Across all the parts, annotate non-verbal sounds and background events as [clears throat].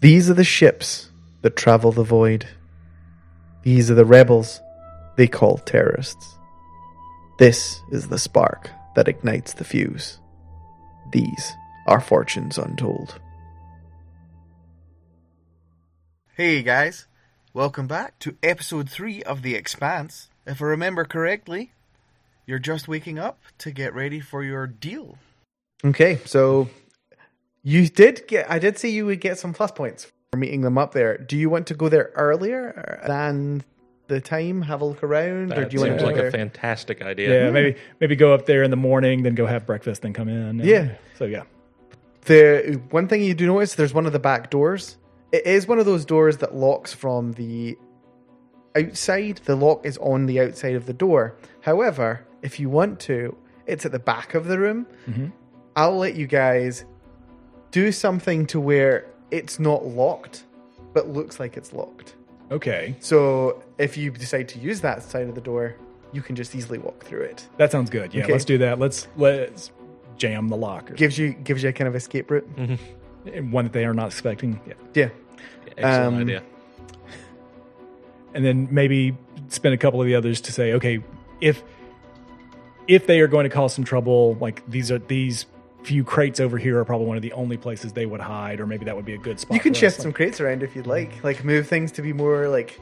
These are the ships that travel the void. These are the rebels they call terrorists. This is the spark that ignites the fuse. These are fortunes untold. Hey guys, welcome back to episode 3 of The Expanse. If I remember correctly, you're just waking up to get ready for your deal. Okay, so you did get. I did see you would get some plus points for meeting them up there. Do you want to go there earlier than the time? Have a look around, or That do you want to seems go like there? a fantastic Yeah, idea. maybe maybe go up there in the morning, then go have breakfast, then come in. Yeah. So yeah, The one thing you do notice there's one of the back doors. It is one of those doors that locks from the outside. The lock is on the outside of the door. However, if you want to, it's at the back of the room. I'll let you guys do something to where it's not locked, but looks like it's locked. okay, So if you decide to use that side of the door, you can just easily walk through it. that sounds good. Yeah, Okay. let's do that. Let's let's jam the lock, or, Gives you gives you a kind of escape route. and one that they are not expecting. Yeah, Yeah. Excellent Um, idea. and then maybe spend a couple of the others to say, okay, if if they are going to cause some trouble, like these are these few crates over here are probably one of the only places they would hide, or maybe that would be a good spot. You can for us, shift like- some crates around if you'd Mm. like. Like move things to be more like.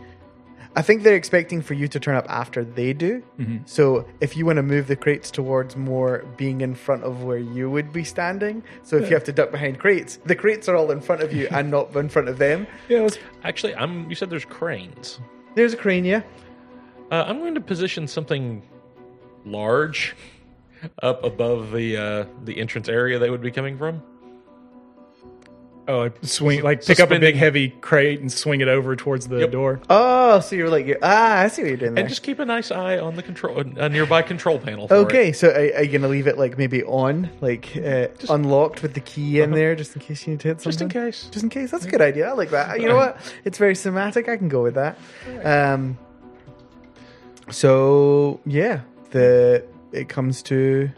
I think they're expecting for you to turn up after they do. Mm-hmm. So if you want to move the crates towards more being in front of where you would be standing, so if you have to duck behind crates, the crates are all in front of you and not in front of them. Yeah, let's- Actually, I'm. You said there's cranes. There's a crane, yeah. Uh, I'm going to position something large up above the uh, the entrance area they would be coming from. oh, like swing, like pick up a big Suspending- heavy crate and swing it over towards the Yep. door. Oh, so you're like ah, I see what you're doing there. And just keep a nice eye on the control, a nearby control panel. For okay, it. so are, are you gonna leave it like maybe on, like uh, unlocked with the key in there, just in case you need to hit something? Uh-huh. just in case. Just in case. That's a good idea. I like that. You know what? It's very somatic. I can go with that. Um, so yeah, the it comes to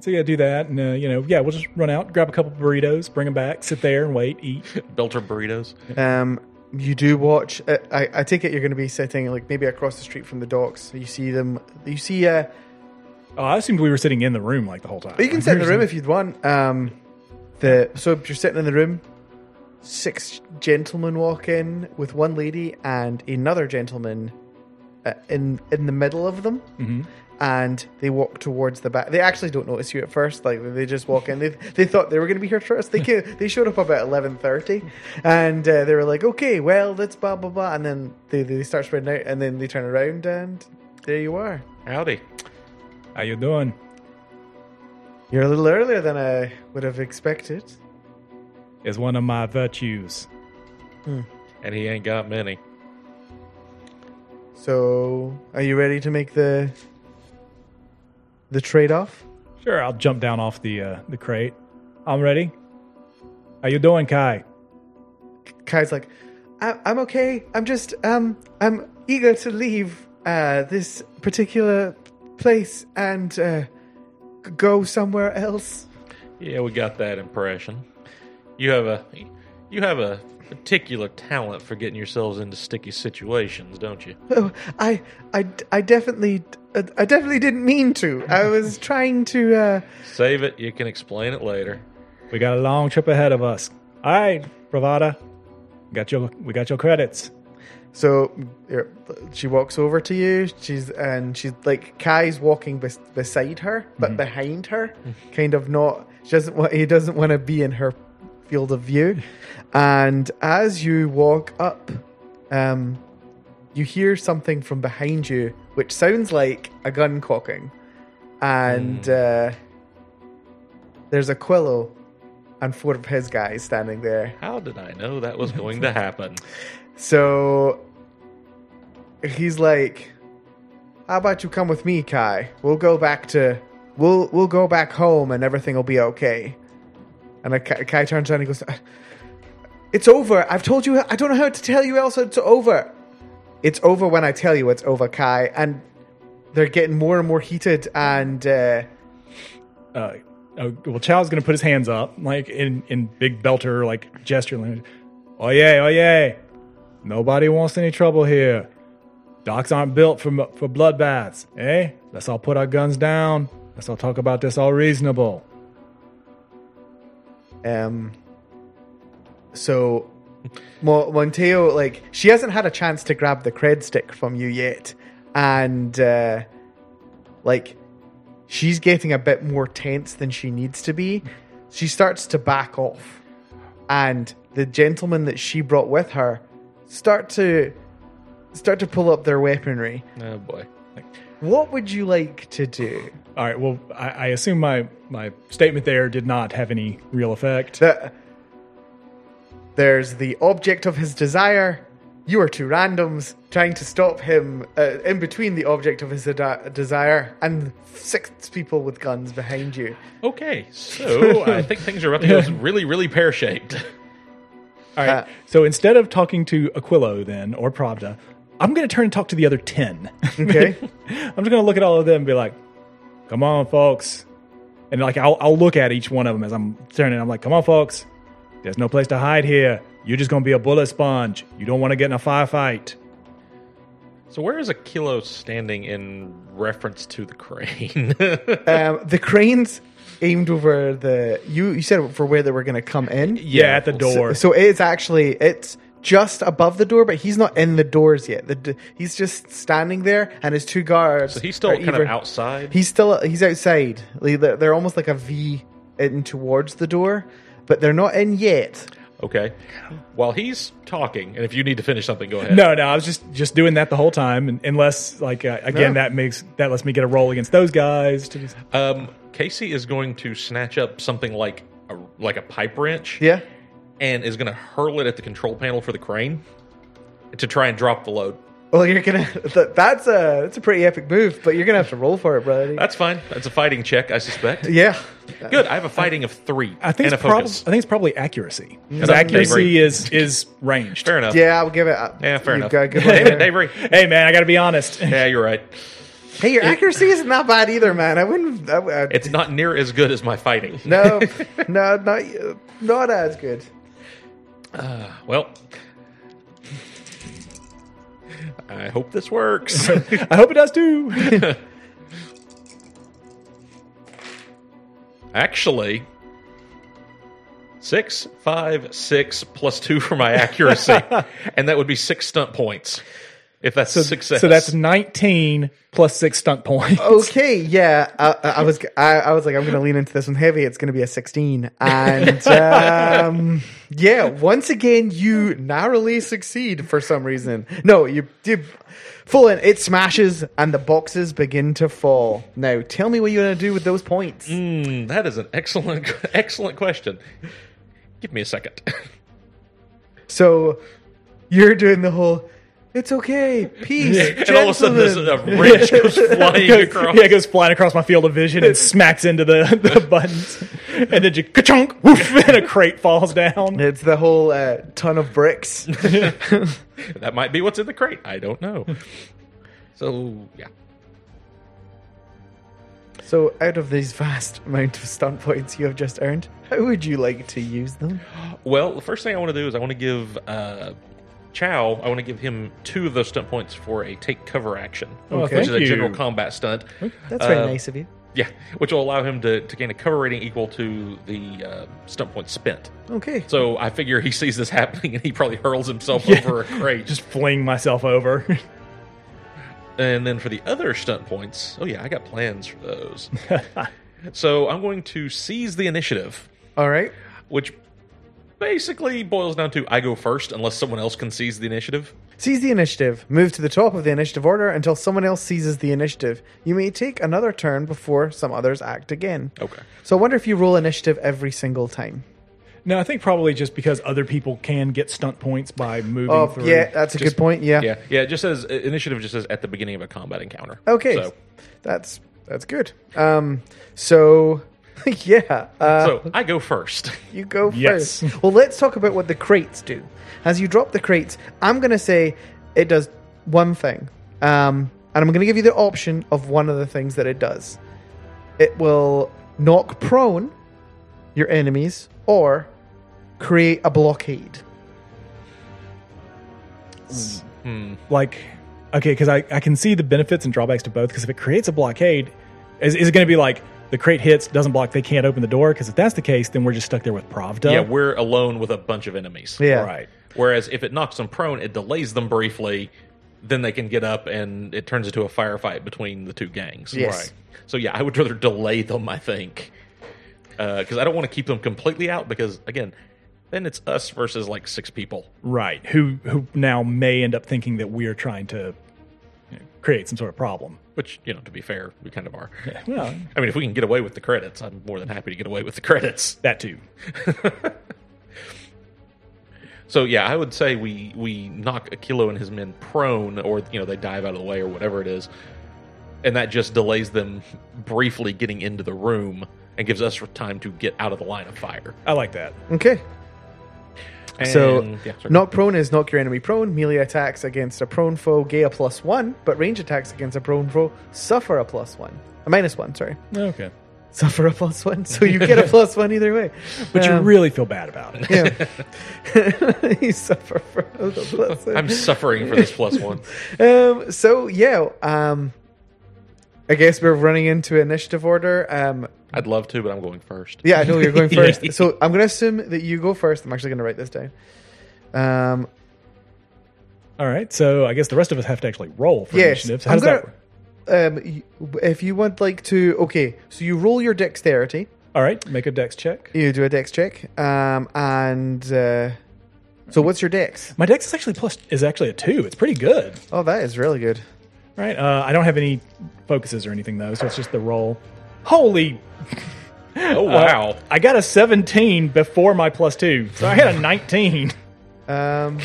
So yeah, do that, and uh, you know, yeah, we'll just run out, grab a couple burritos, bring them back, sit there and wait, eat. Belter burritos. um, you do watch. I, I, I take it you're going to be sitting like maybe across the street from the docks. You see them. You see. Uh, Oh, I assumed we were sitting in the room like the whole time. but you can sit in the room if you'd want. Um, the so if you're sitting in the room. Six gentlemen walk in with one lady and another gentleman uh, in in the middle of them. Mhm. and they walk towards the back. They actually don't notice you at first. Like they just walk in. They they thought they were going to be here first. They ca they showed up about eleven thirty, and uh, they were like, "Okay, well, let's blah blah blah." And then they they start spreading out, and then they turn around, and there you are. Howdy. How you doing? You're a little earlier than I would have expected. Is one of my virtues. And he ain't got many. So, are you ready to make the the trade off? Sure, I'll jump down off the uh, the crate. I'm ready. How you doing, Kai? Kai's like, I- I'm okay. I'm just, um, I'm eager to leave uh, this particular place and uh, g- go somewhere else. Yeah, we got that impression. You have a you have a particular talent for getting yourselves into sticky situations, don't you? Oh, I, I, I definitely, I definitely didn't mean to. I was trying to. Uh, Save it. You can explain it later. We got a long trip ahead of us. All right, Bravada. Got your we got your credits. so er, she walks over to you. She's and she's like Kai's walking bes- beside her, but behind her, kind of not. She doesn't want. He doesn't want to be in her field of view. And as you walk up, um, you hear something from behind you, which sounds like a gun cocking. And uh, there's Aquilo and four of his guys standing there. How did I know that was [laughs] going to happen? So he's like, "How about you come with me, Kai? We'll go back to we'll we'll go back home, and everything will be okay." And I, Kai Kai turns around and goes, "Uh, "It's over. I've told you. I don't know how to tell you else. It's over. It's over when I tell you it's over, Kai." And they're getting more and more heated, and uh, Uh, oh, well, Chow's gonna put his hands up, like in in big belter, like gesture language. Oh yeah, oh yeah. Nobody wants any trouble here. Docks aren't built for for bloodbaths, eh? Let's all put our guns down. Let's all talk about this all reasonable. Um, so Mo- Monteo, like, she hasn't had a chance to grab the cred stick from you yet, and uh, like, she's getting a bit more tense than she needs to be. She starts to back off, and the gentlemen that she brought with her start to start to pull up their weaponry. Oh boy. What would you like to do? All right. Well, I, I assume my my statement there did not have any real effect. The, there's the object of his desire. You are two randoms trying to stop him uh, in between the object of his de- desire and six people with guns behind you. Okay, [laughs] so I think things are up to go really, really pear shaped. All right. so instead of talking to Aquilo then or Pravda, I'm going to turn and talk to the other ten. Okay. [laughs] I'm just gonna look at all of them and be like, "Come on, folks," and like I'll, I'll look at each one of them as I'm turning. I'm like, "Come on, folks. There's no place to hide here. You're just gonna be a bullet sponge. You don't want to get in a firefight." So where is Aquilo standing in reference to the crane? [laughs] um, the cranes aimed over the you. You said for where they were going to come in. Yeah, at the door. So it's actually it's just above the door, but he's not in the doors yet. The, d- he's just standing there, and his two guards. So he's still are kind either- of outside. He's still he's outside. Like, They're they're almost like a V in towards the door, but they're not in yet. okay. While he's talking, and if you need to finish something, go ahead. No, no, I was just just doing that the whole time, and unless like uh, again No. that makes that lets me get a roll against those guys. To Um, Casey is going to snatch up something like a, like a pipe wrench. Yeah. And is going to hurl it at the control panel for the crane to try and drop the load. Well, you're gonna. [laughs] Th- that's a that's a pretty epic move, but you're gonna have to roll for it, brother. That's fine. That's a fighting check, I suspect. yeah. Good. I have a fighting of three I and think a it's prob- I focus. think it's probably accuracy. 'Cause Yeah, accuracy they- is is ranged. Fair enough. Yeah, I'll give it. Up. Yeah, fair You've enough. got a [laughs] good one Damn it, there. Avery. Hey man, I got to be honest. Yeah, you're right. Hey, your accuracy isn't that bad either, man. I wouldn't. I, I, It's not near as good as my fighting. no, [laughs] no, not not as good. Well, I hope [laughs] this works. [laughs] I hope it does too. Actually, six, five, six plus two for my [laughs] accuracy, and that would be six stunt points. If that's a success, So that's 19 plus six stunt points. Oh, [laughs] Okay, yeah, I, I- I was I, I was like I'm going to lean into this one heavy. It's going to be a 16, [laughs] and um, yeah, once again you narrowly succeed for some reason. No, you you full in. It smashes and the boxes begin to fall. Now tell me what you're going to do with those points. Hmm, that is an excellent, [laughs] excellent question. Give me a second. [laughs] So you're doing the whole. It's okay, peace. [laughs] and all of a sudden, there's gentlemen." [laughs] a wrench goes flying across. Yeah, it goes flying across my field of vision and smacks into the, [laughs] the buttons. And then you ka-chunk, woof, [laughs] and a crate falls down. It's the whole uh, ton of bricks. That might be what's in the crate. I don't know. [laughs] So yeah, So, out of these vast [laughs] amount of stunt points you have just earned, how would you like to use them? Well, the first thing I want to do is I want to give uh, Chow. I want to give him two of those stunt points for a take cover action, Oh, which thank is a general you. combat stunt. That's very Uh, nice of you. Yeah, which will allow him to, to gain a cover rating equal to the uh, stunt point spent. Okay. So I figure he sees this [laughs] happening and he probably hurls himself over a crate. Just fling myself over. [laughs] And then for the other stunt points, oh yeah, I got plans for [laughs] those. so I'm going to seize the initiative, All right. which basically boils down to I go first unless someone else can seize the initiative. Seize the initiative. Move to the top of the initiative order until someone else seizes the initiative. You may take another turn before some others act again. Okay. So, I wonder if you roll initiative every single time. no, I think probably just because other people can get stunt points by moving Oh, through. yeah, that's a Just- good point. Yeah. Yeah, yeah. It just says uh, initiative. Just says at the beginning of a combat encounter. Okay. So, That's that's good. Um. So, [laughs] yeah. Uh, so I go first. You go Yes. first. Well, let's talk about what the crates do. As you drop the crates, I'm going to say it does one thing. Um, and I'm going to give you the option of one of the things that it does. It will knock prone your enemies or create a blockade. else. Like, okay, because I, I can see the benefits and drawbacks to both. Because if it creates a blockade, is, is it going to be like the crate hits, doesn't block, they can't open the door? Because if that's the case, then we're just stuck there with Pravda. Yeah, we're alone with a bunch of enemies. Yeah. right. Whereas if it knocks them prone, it delays them briefly. Then they can get up, and it turns into a firefight between the two gangs. Yes. So yeah, I would rather delay them. I think because I don't want to keep them completely out. Because again, then it's us versus like six people. Right. Who who now may end up thinking that we're trying to you know, create some sort of problem. Which you know, to be fair, we kind of are. Well, I mean, if we can get away with the credits, I'm more than happy to get away with the credits. that too. So yeah, I would say we we knock Akilo and his men prone, or you know they dive out of the way, or whatever it is, and that just delays them briefly getting into the room and gives us time to get out of the line of fire. I like that. Okay. so, And- yeah, sorry. knock prone is knock your enemy prone. Melee attacks against a prone foe gain a plus one, but range attacks against a prone foe suffer a plus one. A minus one, sorry. Okay. Suffer a plus one, so you get a plus one either way. But you Um, really feel bad about it. [laughs] yeah. you suffer for a plus one. I'm suffering for this [laughs] plus one. Um, so yeah, um, I guess we're running into initiative order. Um, I'd love to, but I'm going first. yeah, I know you're going Yeah. first. So I'm going to assume that you go first. I'm actually going to write this down. Um, All right. So I guess the rest of us have to actually roll for yes, initiatives. How I'm does gonna, that work? Um, y- if you would like to, okay, so you roll your dexterity. All right. Make a dex check. You do a dex check. Um, and uh, so what's your dex? My dex is actually plus is actually a two. It's pretty good. Oh, that is really good. All right. Uh, I don't have any focuses or anything though, so it's just the roll. Holy! uh, Oh uh, wow! I got a 17 before my plus two, so I had a 19. Um,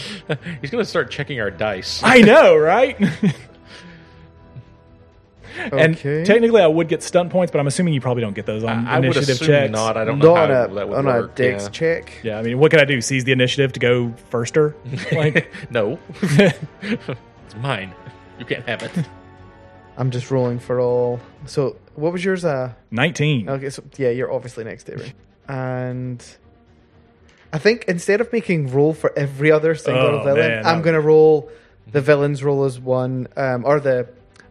He's going to start checking our dice. [laughs] I know, right? [laughs] And Okay. technically, I would get stunt points, but I'm assuming you probably don't get those on I would initiative assume checks. not. I don't know not how on a that would on work. a dex yeah. check. Yeah, I mean, what could I do? Seize the initiative to go [laughs] firster? Like, No, it's mine. You can't [laughs] have it. I'm just rolling for all. So what was yours? Uh, 19. Okay, so yeah, you're obviously next to Avery. And I think instead of making roll for every other single Oh, villain, man, I'm that- gonna roll the villains roll as one, um, or the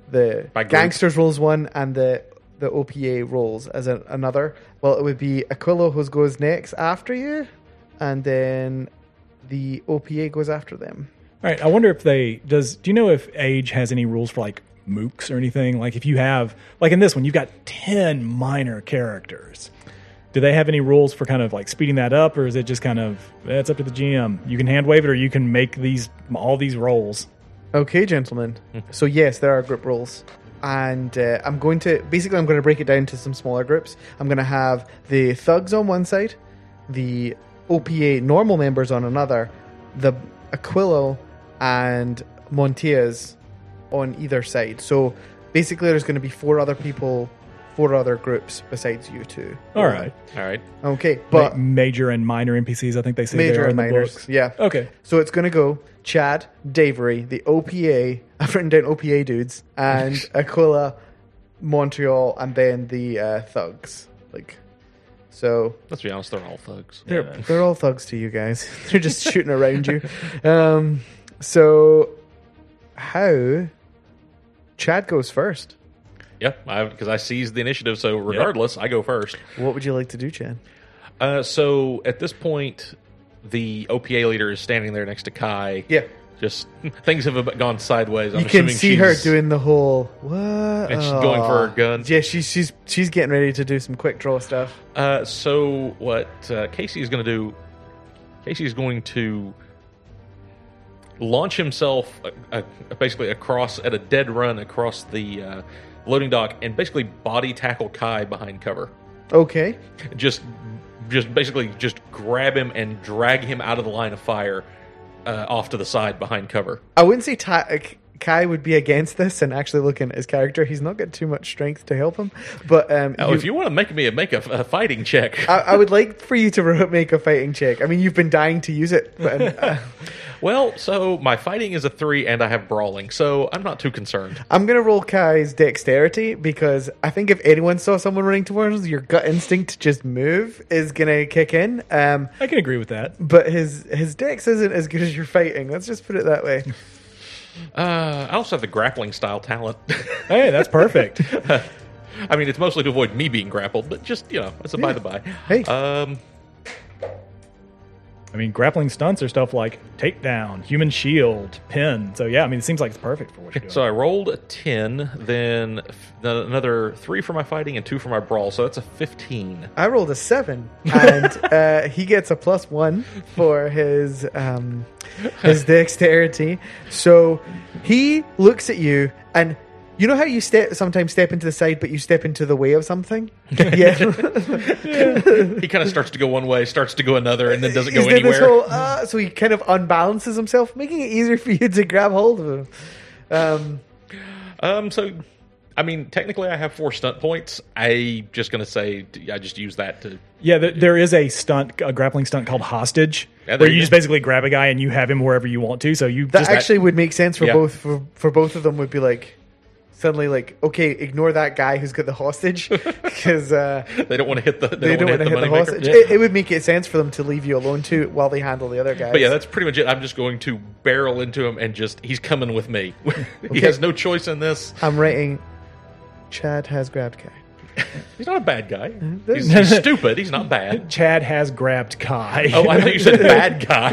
the By group. gangsters roll as one, and the the OPA rolls as an another. Well, it would be Aquilo who goes next after you, and then the OPA goes after them. All right. I wonder if they does. Do you know if age has any rules for like moocs or anything? Like, if you have like in this one, you've got ten minor characters. Do they have any rules for kind of like speeding that up, or is it just kind of eh, it's up to the GM? You can hand wave it, or you can make these all these rolls. Okay, gentlemen. Hmm. so yes, there are group roles, and uh, I'm going to basically I'm going to break it down to some smaller groups. I'm going to have the thugs on one side, the OPA normal members on another, the Aquilo and Montias on either side. So basically, there's going to be four other people, four other groups besides you two. All right. All right. Okay, but Like major and minor NPCs. I think they say they major are and in the minors. books. Yeah. Okay. So it's going to go Chad, Davery, the OPA. I've written down OPA dudes and Aquila, Montreal, and then the uh, thugs. Like, so Let's be honest. They're all thugs. they're they're all thugs to you guys. [laughs] they're just shooting around you. Um, so how? Chad goes first. Yeah, because I, seized the initiative, so regardless, I go first. What would you like to do, Chad? Uh, so at this point, the OPA leader is standing there next to Kai. Yeah. Just [laughs] things have ab- gone sideways. I'm You can assuming see her she's- doing the whole what, and she's going for her gun. Yeah, she's she's she's getting ready to do some quick draw stuff. Uh, so what uh, Casey is going to do? Casey is going to launch himself uh, uh, basically across at a dead run across the uh, loading dock and basically body tackle Kai behind cover. Okay. just just basically just grab him and drag him out of the line of fire uh, off to the side behind cover. I wouldn't say Ty, uh, Kai would be against this, and actually looking at his character, he's not got too much strength to help him. But um, Oh, you- if you want to make me make a, a fighting [laughs] check, [laughs] I, I would like for you to re- make a fighting check. I mean, you've been dying to use it, but uh, Well, so my fighting is a three, and I have brawling, so I'm not too concerned. I'm gonna roll Kai's dexterity because I think if anyone saw someone running towards us, your gut instinct to just move is gonna kick in. Um, I can agree with that. but his his dex isn't as good as your fighting. Let's just put it that way. Uh, I also have the grappling style talent. [laughs] Hey, that's perfect. [laughs] I mean, it's mostly to avoid me being grappled, but just you know, it's a by the by. Hey. um, I mean, grappling stunts are stuff like takedown, human shield, pin. So yeah, I mean, it seems like it's perfect for what you're doing. so I rolled a ten, then f- another three for my fighting and two for my brawl, so that's a fifteen. I rolled a seven, and uh, he gets a plus one for his um, his dexterity. So he looks at you, and you know how you step sometimes step into the side, but you step into the way of something. Yeah. He kind of starts to go one way, starts to go another, and then doesn't [laughs] go He's did anywhere. This whole, uh, so he kind of unbalances himself, making it easier for you to grab hold of him. Um, Um, so, I mean, technically, I have four stunt points. I just gonna say I just use that to. yeah, there, there is a stunt, a grappling stunt called hostage, Yeah, there where you you go. just basically grab a guy and you have him wherever you want to. So you that just actually would make sense for Yeah. both for, for both of them. Would be like suddenly like okay, ignore that guy who's got the hostage [laughs] because uh, They don't want to hit the. They, they don't want to hit the moneymaker. hostage. Yeah. It, it would make it sense for them to leave you alone too while they handle the other guys. But yeah, that's pretty much it. I'm just going to barrel into him and just he's coming with me. [laughs] he has no choice in this. I'm writing. Chad has grabbed Kai. He's not a bad guy. He's, he's stupid. He's not bad. Chad has grabbed Kai. Oh, I thought you [laughs] said bad guy.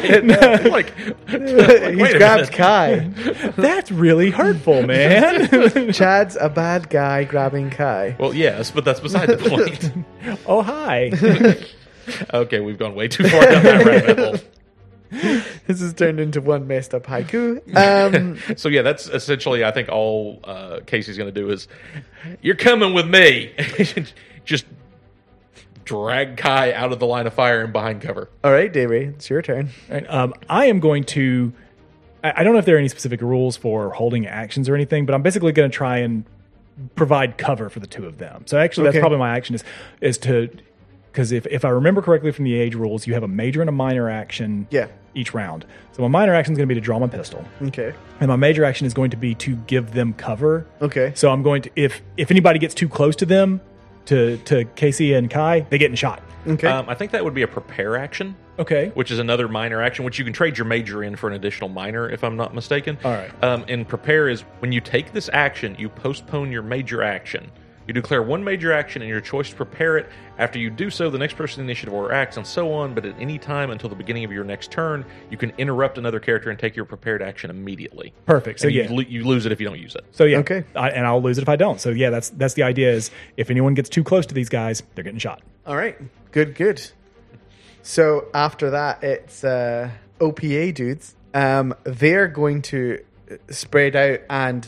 [laughs] like, like, [laughs] He's [laughs] wait a grabbed minute. Kai. [laughs] that's really hurtful, man. [laughs] Chad's a bad guy grabbing [laughs] Kai. Well, yes, but that's beside the point. [laughs] oh hi. okay, we've gone way too far down [laughs] that rabbit hole. This has turned into one messed up haiku. [laughs] Um, So yeah, that's essentially I think all uh, Casey's going to do is you're coming with me. [laughs] Just drag Kai out of the line of fire and behind cover. all right, Davey, it's your turn. Right, um, I am going to. I, I don't know if there are any specific rules for holding actions or anything, but I'm basically going to try and provide cover for the two of them. So actually, Okay. that's probably my action is is to because if if I remember correctly from the age rules, you have a major and a minor action. Yeah. Each round. So my minor action is going to be to draw my pistol, Okay. and my major action is going to be to give them cover. Okay. So I'm going to if if anybody gets too close to them, to to Casey and Kai, they get in shot. Okay. Um, I think that would be a prepare action. Okay. which is another minor action, which you can trade your major in for an additional minor, if I'm not mistaken. All right. Um, and prepare is when you take this action, you postpone your major action. You declare one major action and your choice to prepare it. After you do so, the next person in the initiative order acts and so on, but at any time until the beginning of your next turn, you can interrupt another character and take your prepared action immediately. Perfect. So and yeah, you, lo- you lose it if you don't use it. So yeah, Okay. I, and I'll lose it if I don't. So yeah, that's that's the idea. Is if anyone gets too close to these guys, they're getting shot. all right. Good. Good. So after that, it's uh, OPA dudes. Um, they're going to spread out and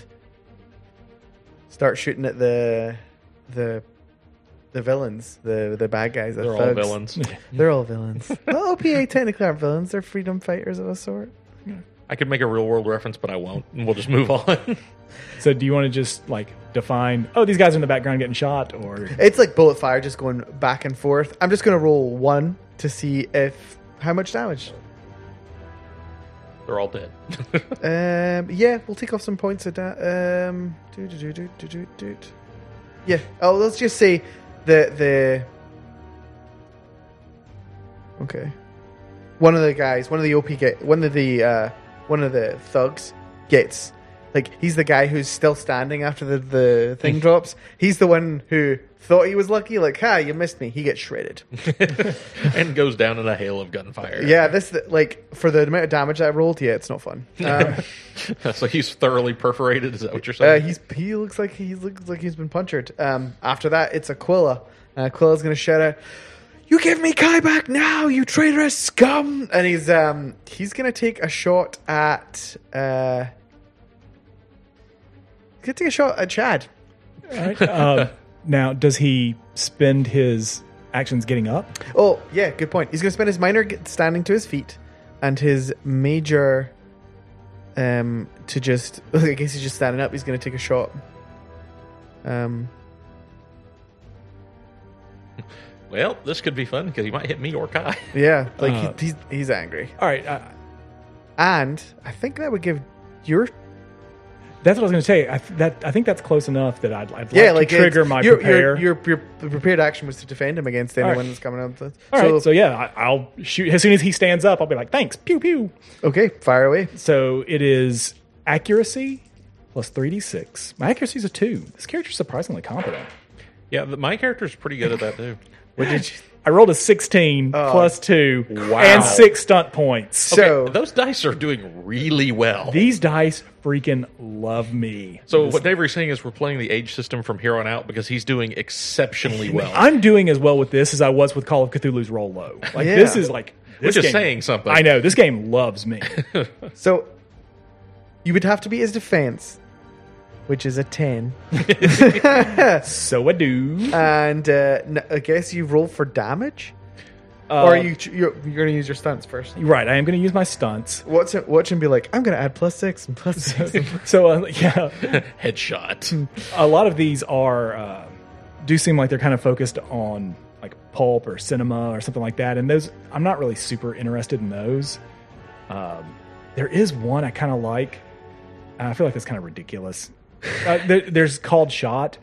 start shooting at the the the villains, the the bad guys. The They're all thugs. [laughs] villains. They're all [laughs] villains. well, OPA technically aren't villains. They're freedom fighters of a sort. I could make a real world reference, but I won't. And we'll just move [laughs] on. So do you want to just like define? Oh, these guys are in the background getting shot, or It's like bullet fire, just going back and forth. I'm just going to roll one to see if how much damage. They're all dead. [laughs] Um, yeah, we'll take off some points at that. Um, do do do do do do do. Yeah. Oh, let's just say the the. Okay. One of the guys, one of the OP get, one of the uh, one of the thugs gets, like he's the guy who's still standing after the the thing drops. He's the one who thought he was lucky. Like, ha, you missed me. He gets shredded. and goes down in a hail of gunfire. yeah, this like for the amount of damage I rolled. Yeah, it's not fun. Um, [laughs] so he's thoroughly perforated. Is that what you're Uh, saying? he's he looks like he looks like he's been punctured. Um, after that, it's Aquila. Uh, Aquila's gonna shout out, "You give me Kai back now, you traitorous scum!" And he's um he's gonna take a shot at uh. he's Gonna take a shot at Chad. [laughs] um, now does he spend his actions getting up? Oh yeah, good point. He's gonna spend his minor g- standing to his feet, and his major, um, to just. [laughs] I guess he's just standing up. He's gonna take a shot. Um, well, this could be fun because he might hit me or Kai. [laughs] yeah, like Uh. he, he's he's angry. All right, I, And I think that would give your That's what I was going to say. I th- that I think that's close enough that I'd, I'd like yeah, to like trigger it's- my your, prepare. Your, your, your prepared action was to defend him against right. anyone that's coming up. To, All right, so, so, yeah, I, I'll shoot as soon as he stands up. I'll be like, "Thanks, pew pew." okay, fire away. So it is accuracy plus three d six. My accuracy's a two. This character's surprisingly competent. Yeah, the, my character's pretty good at that too. What did you, [laughs] I rolled a sixteen plus two Wow. and six stunt points. so Those dice are doing really well. These dice freaking love me. so what Davery's saying is we're playing the age system from here on out because he's doing [laughs] exceptionally well. I'm doing as well with this as I was with Call of Cthulhu's Roll Low. Like Yeah. this is like We're this just game- saying something. I know this game [laughs] loves me. so you would have to beat his defense, which is a ten, so I do. and uh, n- I guess you roll for damage, Uh, or are you you're, you're going to use your stunts first. right? I am going to use my stunts. Watch him, watch him be like, I'm going to add plus six and plus six. [laughs] So uh, yeah, [laughs] Hmm. Headshot. a lot of these are uh, do seem like they're kind of focused on like pulp or cinema or something like that and those i'm not really super interested in those um, there is one i kind of like and i feel like that's kind of ridiculous uh, there, there's called shot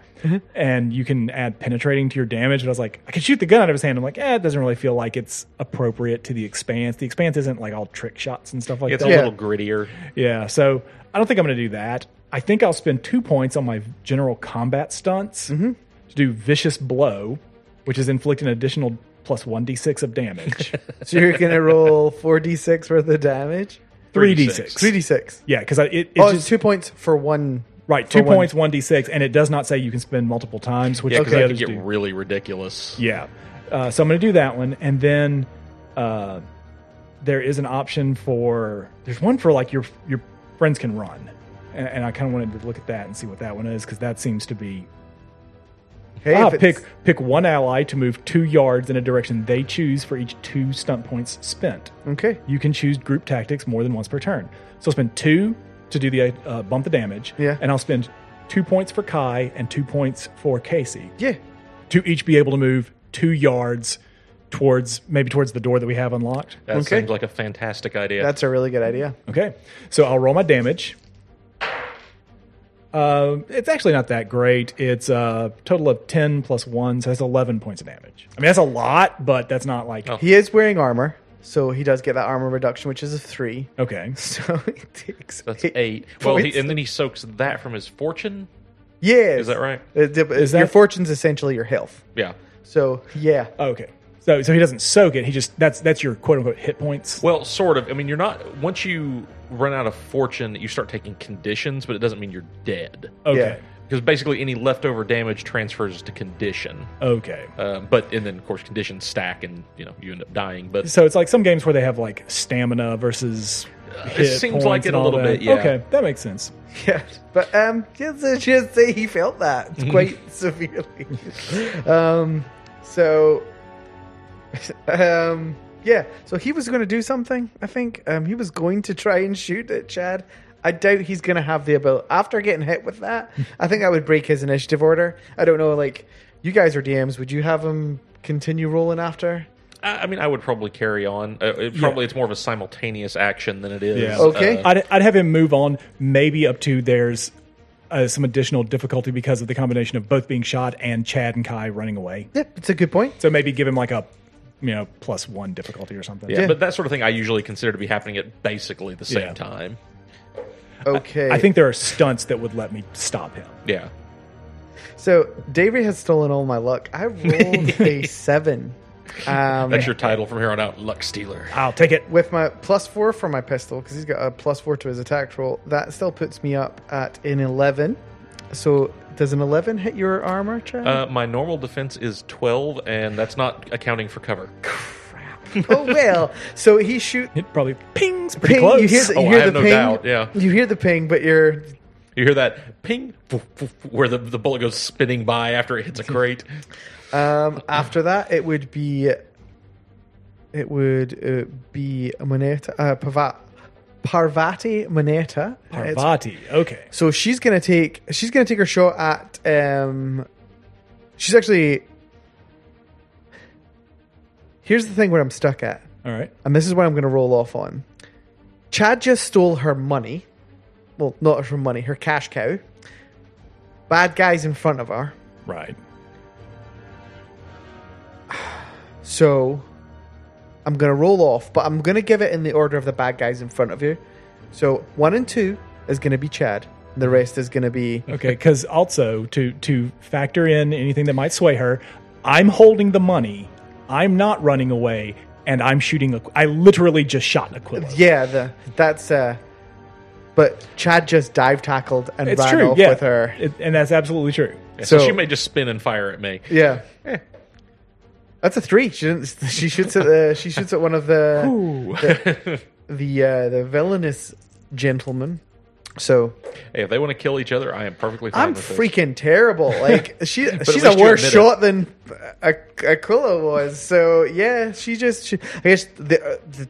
and you can add penetrating to your damage and i was like i can shoot the gun out of his hand i'm like eh, it doesn't really feel like it's appropriate to the expanse the expanse isn't like all trick shots and stuff like It's that a little grittier. yeah, so I don't think I'm going to do that. I think I'll spend two points on my general combat stunts Mm-hmm. to do vicious blow, which is inflicting an additional plus one d6 [laughs] of damage, so you're going to roll four d six worth of damage. three 3d6. Three d6. d six. Yeah, because it, it Oh, it's just two points for one. right for two one- points one d6, and it does not say you can spend multiple times, which Yeah, the because that could others get do. really ridiculous. Yeah. Uh, so I'm going to do that one. And then uh, there is an option for, there's one for like your, your friends can run. And, and I kind of wanted to look at that and see what that one is because that seems to be. Hey, ah, if it's- pick pick one ally to move two yards in a direction they choose for each two stunt points spent. Okay. You can choose group tactics more than once per turn. So I'll spend two to do the uh, bump the damage. Yeah. And I'll spend two points for Kai and two points for Casey Yeah. to each be able to move two yards towards maybe towards the door that we have unlocked. That Okay. seems like a fantastic idea. That's a really good idea. Okay, so I'll roll my damage. Um, it's actually not that great. It's a total of ten plus one, so that's eleven points of damage. I mean, that's a lot, but that's not like Oh. He is wearing armor, so he does get that armor reduction, which is a three. [laughs] okay. So he takes That's eight eight. Well, he, points. and then he soaks that from his fortune. yes, Is that right? It- it- Is your that- fortune's essentially your health. Yeah. So yeah, Okay, so so he doesn't soak it. He just that's that's your quote unquote hit points. Well, sort of. I mean, you're not. Once you run out of fortune, you start taking conditions, but it doesn't mean you're dead. Okay, Because basically, any leftover damage transfers to condition. okay. Uh, but and then of course conditions stack, and you know you end up dying. But So it's like some games where they have like stamina versus. hit seems points like Uh, it and a all little that. bit, yeah. Okay, that makes sense. yeah. But um, just just say he felt [laughs] that quite severely. Um, so [laughs] um, yeah. So he was going to do something. I think um, he was going to try and shoot at Chad. I doubt he's going to have the ability after getting hit with that. I think I would break his initiative order. I don't know. Like you guys are DMs. Would you have him continue rolling after? I, I mean, I would probably carry on. Uh, it, probably it's more of a simultaneous action than it is. Yeah. Okay. uh, I'd, I'd have him move on maybe up to there's uh, some additional difficulty because of the combination of both being shot and Chad and Kai running away. Yeah, it's a good point. So maybe give him like a you know plus one difficulty or something. yeah, yeah. But that sort of thing I usually consider to be happening at basically the same Yeah. time. [laughs] Okay. I think there are stunts that would let me stop him. Yeah. so. Davey has stolen all my luck. I rolled [laughs] a seven. Um, That's your title from here on out, Luck Stealer. I'll take it. with my plus four for my pistol because he's got a plus four to his attack roll. That still puts me up at an eleven. So does an eleven hit your armor, Chad? Uh, my normal defense is 12, and that's not accounting for cover. oh well. So he shoot. It probably pings pretty Ping, close. you hear the, you Oh, I hear have the no ping. doubt, yeah. You hear the ping, but you're You hear that ping, poof, poof, poof, where the, the bullet goes spinning by after it hits [laughs] a crate. um, after that it would be it would uh, be Moneta uh, Pava, Parvati Moneta. It's Parvati. Okay. So she's gonna take she's gonna take her shot at um she's actually Here's the thing where I'm stuck at. All right. And this is what I'm gonna roll off on. Chad just stole her money. Well, not her money, her cash cow. Bad guys in front of her. Right. So I'm going to roll off, but I'm going to give it in the order of the bad guys in front of you. So one and two is going to be Chad. and The rest is going to be. Okay, because also to to factor in anything that might sway her, I'm holding the money. I'm not running away, and I'm shooting. Aqu- I literally just shot Aquila. Yeah, the, that's. uh But Chad just dive tackled and it's ran true. off Yeah, with her. It- and that's absolutely true. Yeah, so, So- she may just spin and fire at me. Eh. Yeah. That's a three. She didn't. [laughs] She shoots at the. She shoots at one of the Ooh. the uh, the villainous gentlemen. So [laughs] Hey, if they want to kill each other, I am perfectly fine. I'm with this. freaking [laughs] terrible. Like she, she's least a you worse admit it. shot than Ak- Aquila was. So yeah, she just. She, I guess the, uh, the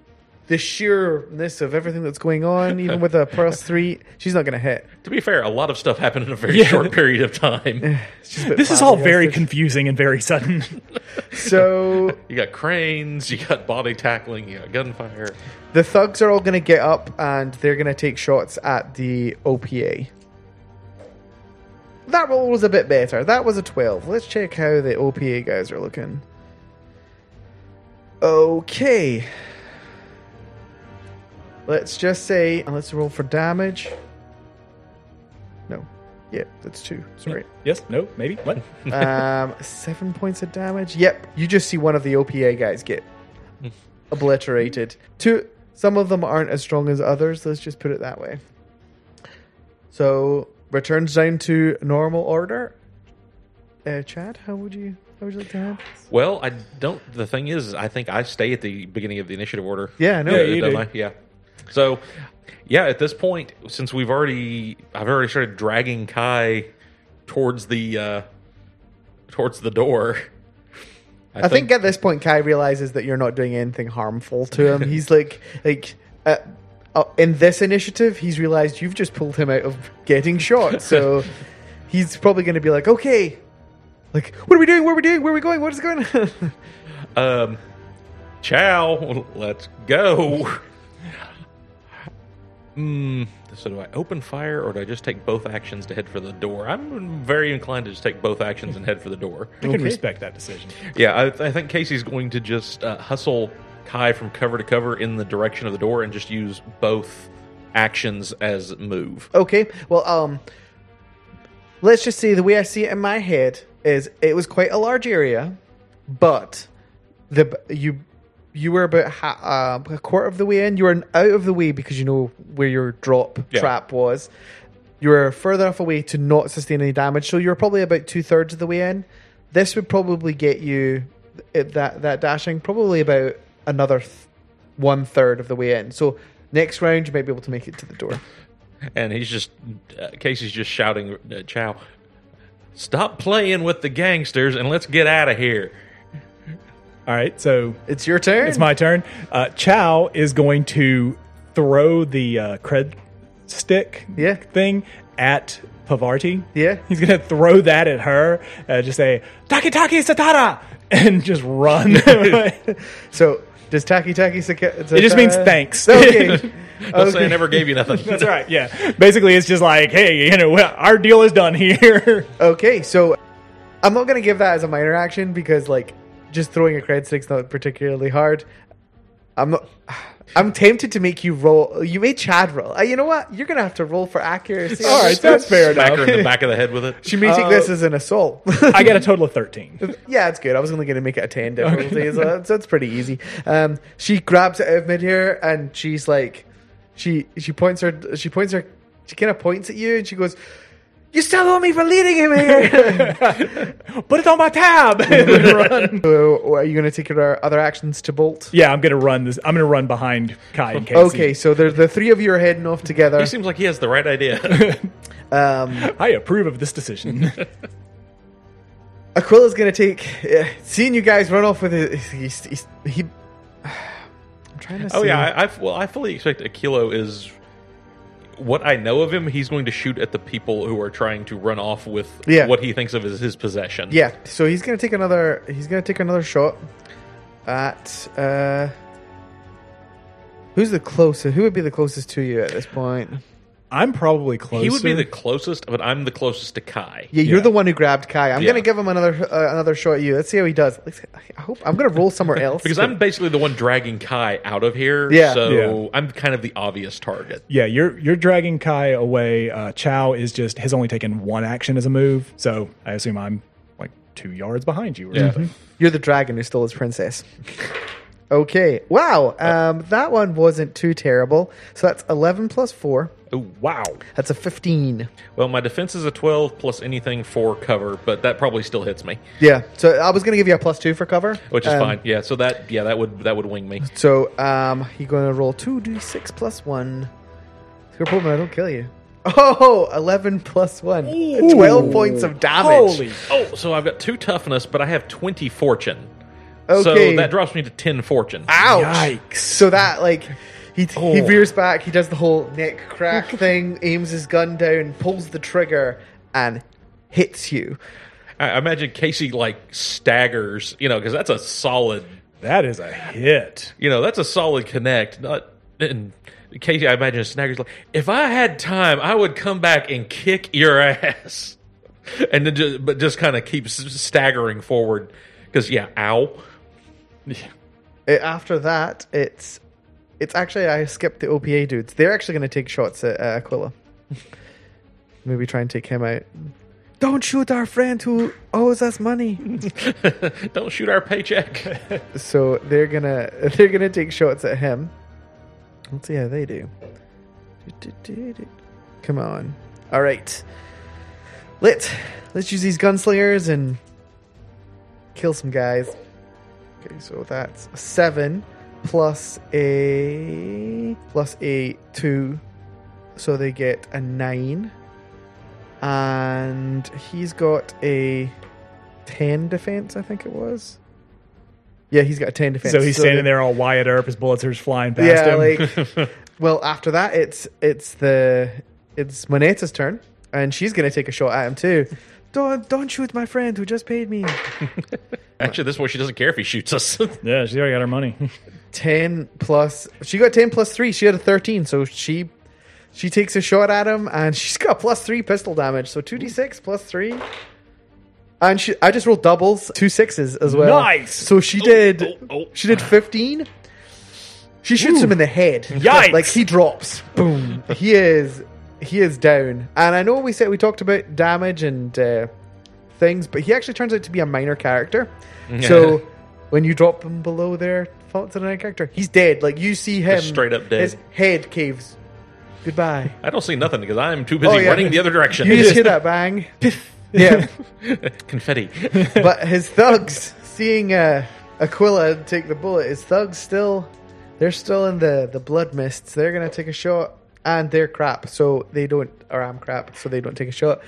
the sheerness of everything that's going on, even with a plus three, she's not gonna hit. To be fair, a lot of stuff happened in a very short period of [laughs] Eh. time. She's a bit This is flabbergasted. all very confusing and very [laughs] sudden. So You got cranes, you got body tackling, you got gunfire. the thugs are all gonna get up and they're gonna take shots at the OPA. That roll was a bit better. That was a twelve. Let's check how the OPA guys are looking. Okay. Let's just say, and let's roll for damage. No. Yeah, that's two. Sorry. yes. No. Maybe. What? um, seven points of damage. Yep, you just see one of the OPA guys get obliterated. Two, some of them aren't as strong as others. Let's just put it that way. So returns down to normal order. Uh, Chad, how would you how would you like to have? this? Well, I don't. The thing is, is I think I stay at the beginning of the initiative order. Yeah, I know. Yeah, you don't do. I? Yeah. So, yeah, at this point, since we've already, I've already started dragging Kai towards the, uh, towards the door. I think at this point, Kai realizes that you're not doing anything harmful to him. [laughs] He's like, like uh, uh, in this initiative, he's realized you've just pulled him out of getting shot. [laughs] So he's probably going to be like, okay, like what are we doing? What are we doing? Where are we going? What is going on? [laughs] Um, ciao. Let's go. Hmm. So do I open fire, or do I just take both actions to head for the door? I'm very inclined to just take both actions and head for the door. I can Okay. respect that decision. Yeah, I, I think Casey's going to just uh, hustle Kai from cover to cover in the direction of the door and just use both actions as move. okay, well, um, let's just see. The way I see it in my head is it was quite a large area, but the you you were about ha- uh, a quarter of the way in. You were out of the way because you know where your drop Yeah. trap was. You were further enough away to not sustain any damage, so you were probably about two thirds of the way in. This would probably get you at that that dashing probably about another th- one third of the way in. So next round you might be able to make it to the door. And he's just uh, Casey's just shouting, uh, "Chow, stop playing with the gangsters and let's get out of here." All right. So It's your turn. It's my turn. Uh, Chow is going to throw the uh, cred stick Yeah. thing at Pavarti. Yeah. He's going to throw that at her, uh, just say, Taki Taki Satara, and just [laughs] run. it So does Taki Taki Saka- just means thanks. uh, [laughs] [laughs] Okay. Don't say I never gave you nothing. That's right. Yeah. Basically, it's just like, hey, you know, well, our deal is done here. [laughs] Okay, so I'm not gonna give that as a minor action because like just throwing a cred stick's not particularly hard. I'm not, I'm tempted to make you roll. You made Chad roll. Uh, you know what? You're gonna have to roll for accuracy. All right, [laughs] that's Uh, fair Smack her enough. in the back of the head [laughs] with it. She may take this as an assault. [laughs] I got a total of 13. yeah, it's good. I was only going to make it a 10 difficulty. so that's, that's pretty easy. Um, she grabs it out of midair and she's like, she she points her, she points her, she kind of points at you and she goes, You still owe me for leading him [laughs] here. Put it on [laughs] my tab. [laughs] Run. so, are you going to take your other actions to bolt? Yeah, I'm going to run this. I'm going to run behind Kai and Casey. Okay, so the, the three of you are heading off together. [laughs] He seems like he has the right idea. Um, I approve of [laughs] this decision. Aquila's gonna take. Uh, seeing you guys run off with it, he's, he's, he. [sighs] I'm trying to. oh see. yeah, I, I well, I fully expect Akilo is. What I know of him, he's going to shoot at the people who are trying to run off with Yeah. what he thinks of as his possession. Yeah, so he's gonna take another. He's gonna take another shot at. Uh, Who's the closest? Who would be the closest to you at this point? I'm probably closer. He would be the closest, but I'm the closest to Kai. Yeah, you're Yeah. the one who grabbed Kai. I'm Yeah. gonna give him another uh, another shot at you. Let's see how he does. Let's, I hope I'm gonna roll somewhere else Because I'm basically the one dragging Kai out of here, Yeah. so I'm kind of the obvious target. Yeah, you're you're dragging Kai away. Uh, Chow is just has only taken one action as a move, so I assume I'm like two yards behind you. Or Yeah. something. You're the dragon who stole his princess. Okay. Wow. Um, that one wasn't too terrible. So that's 11 plus 4. Oh wow! That's a 15. Well, my defense is a 12 plus anything for cover, but that probably still hits me, Yeah. So I was going to give you a plus 2 for cover. which is Um, fine. Yeah, so that yeah that would that would wing me. So um, you're going to roll 2d6 plus 1. Super Pokemon, I don't kill you. Oh, 11 plus 1. 12 points of damage. Holy! Oh, so I've got two toughness, but I have 20 fortune. Okay. So that drops me to 10 fortune. Ouch. Yikes. So that, like, he, he Oh. veers back, he does the whole neck crack [laughs] thing, aims his gun down, pulls the trigger, and hits you. I I imagine Casey like staggers, you know, because that's a solid, Mm-hmm. That is a hit. you know, that's a solid connect. Not and Casey, I imagine staggers like, if I had time, I would come back and kick your ass, [laughs] and then just, but just kind of keeps staggering forward because yeah, ow, Uh, after that, it's it's actually I skipped the OPA dudes. They're actually going to take shots at uh, Aquila. [laughs] Maybe try and take him out. Don't shoot our friend who owes us money. don't shoot [laughs] our paycheck. so they're gonna [laughs] they're gonna take shots at him. Let's see how they do. Come on. All right. Let let's use these gunslingers and kill some guys. Okay, so that's a seven plus a plus a two, so they get a nine, and he's got a ten defense. I think it was. Yeah, he's got a ten defense. So he's they- standing there all Wyatt Earp. His bullets are just flying past yeah, him. like well, after that, it's it's the it's Monetta's turn, and she's gonna take a shot at him too. Don't don't shoot my friend who just paid me Actually, this way she doesn't care if he shoots us. [laughs] [laughs] yeah, she's already got her money. [laughs] ten plus. She got ten plus three. She had a thirteen, so she she takes a shot at him, and she's got plus three pistol damage. So two d six plus three. And she, I just rolled doubles, two sixes as well. Nice! So she did. oh, oh. She did fifteen. She shoots him in the head. Yikes. Like he drops. Boom. He is he is down. And I know we said we talked about damage and uh, things, but he actually turns out to be a minor character. So when you drop him below there, thoughts on a character, he's dead. Like you see him Just straight up dead. His head caves. Goodbye. I don't see nothing because I'm too busy Oh, yeah. running the other direction. You [laughs] just hear that bang. Yeah. [laughs] Confetti. but his thugs seeing uh, Aquila take the bullet, his thugs still they're still in the the blood mists. They're gonna take a shot, and they're crap, so they don't. Or I'm crap, so they don't take a shot.